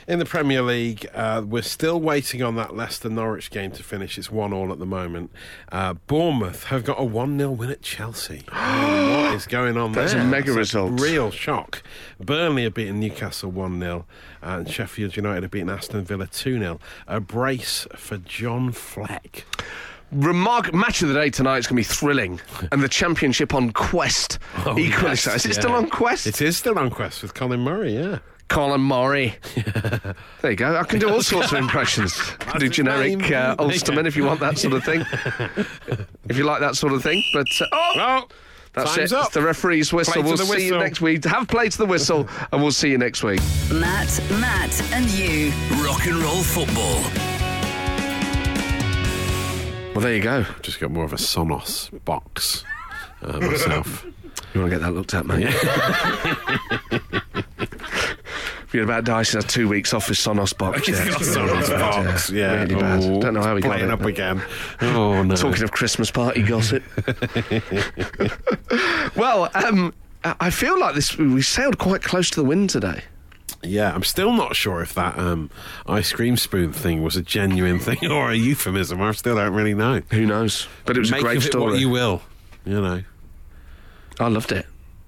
Speaker 2: In the Premier League, uh, we're still waiting on that Leicester Norwich game to finish. It's one all at the moment. Uh, Bournemouth have got a one 0 win at Chelsea. I mean, what is going on
Speaker 1: That's a
Speaker 2: there?
Speaker 1: mega
Speaker 2: It's
Speaker 1: result.
Speaker 2: Real shock. Burnley have beaten Newcastle one 0 and Sheffield United have beaten Aston Villa two 0 A brace for John Fleck.
Speaker 1: Remark match of the day tonight is going to be thrilling, and the championship on Quest equally
Speaker 2: Oh, yes,
Speaker 1: so. Is it
Speaker 2: yeah.
Speaker 1: still on Quest?
Speaker 2: It is still on Quest with Colin Murray. Yeah.
Speaker 1: Colin Murray. there you go. I can do all sorts of impressions. I can do
Speaker 2: his
Speaker 1: generic
Speaker 2: name.
Speaker 1: uh, Ulsterman if you want that sort of thing. if you like that sort of thing. But uh, oh,
Speaker 2: Well,
Speaker 1: that's
Speaker 2: time's
Speaker 1: it.
Speaker 2: up.
Speaker 1: It's the referee's whistle.
Speaker 2: Play to
Speaker 1: we'll
Speaker 2: the
Speaker 1: see you
Speaker 2: whistle.
Speaker 1: next week. Have played to the whistle, and we'll see you next week.
Speaker 4: Matt, Matt, and you.
Speaker 3: Rock and roll football.
Speaker 1: Well, there you go.
Speaker 2: Just got more of a Sonos box uh, myself.
Speaker 1: You want to get that looked at, mate? If you're about Dyson, had two weeks off his Sonos box. Yeah.
Speaker 2: Sonos box. Yeah,
Speaker 1: really bad.
Speaker 2: Oh,
Speaker 1: Don't know how he got
Speaker 2: playing
Speaker 1: it,
Speaker 2: up
Speaker 1: but-
Speaker 2: again. Oh no.
Speaker 1: Talking of Christmas party gossip. well, um, I I feel like this. We sailed quite close to the wind today.
Speaker 2: Yeah, I'm still not sure if that um, ice cream spoon thing was a genuine thing or a euphemism. I still don't really know.
Speaker 1: Who knows? But it was
Speaker 2: Make
Speaker 1: a great
Speaker 2: of it
Speaker 1: story.
Speaker 2: what you will. You know.
Speaker 1: I loved it.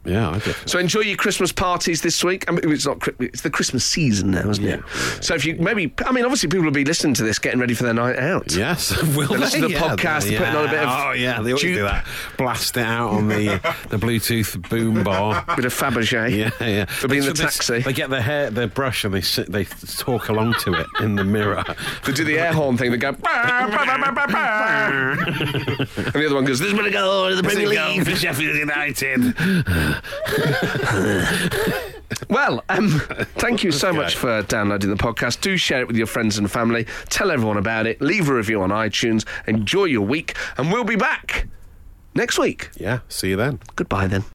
Speaker 2: Yeah, I did.
Speaker 1: So enjoy your Christmas parties this week. I mean, it's not. Chri- It's the Christmas season now, isn't it? So if you maybe, I mean, obviously people will be listening to this, getting ready for their night out.
Speaker 2: Yes, will
Speaker 1: They listen to the
Speaker 2: Yeah,
Speaker 1: podcast,
Speaker 2: they-
Speaker 1: they're putting on a bit of
Speaker 2: Oh yeah, they always
Speaker 1: jupe.
Speaker 2: do that. Blast it out on the the Bluetooth boom bar.
Speaker 1: Bit of Fabergé.
Speaker 2: Yeah, yeah.
Speaker 1: For being in the
Speaker 2: They-
Speaker 1: taxi.
Speaker 2: They get their hair, their brush, and they sit, they talk along to it in the mirror.
Speaker 1: They do the air horn thing. They go. "Bah, bah, bah, bah, bah, bah." and the other one goes. This is gonna go to the Premier League.
Speaker 2: for Sheffield United.
Speaker 1: Well, um, thank you so much
Speaker 2: go.
Speaker 1: for downloading the podcast. Do share it with your friends and family. Tell everyone about it. Leave a review on iTunes. Enjoy your week, and we'll be back next week.
Speaker 2: Yeah, see you then.
Speaker 1: Goodbye then.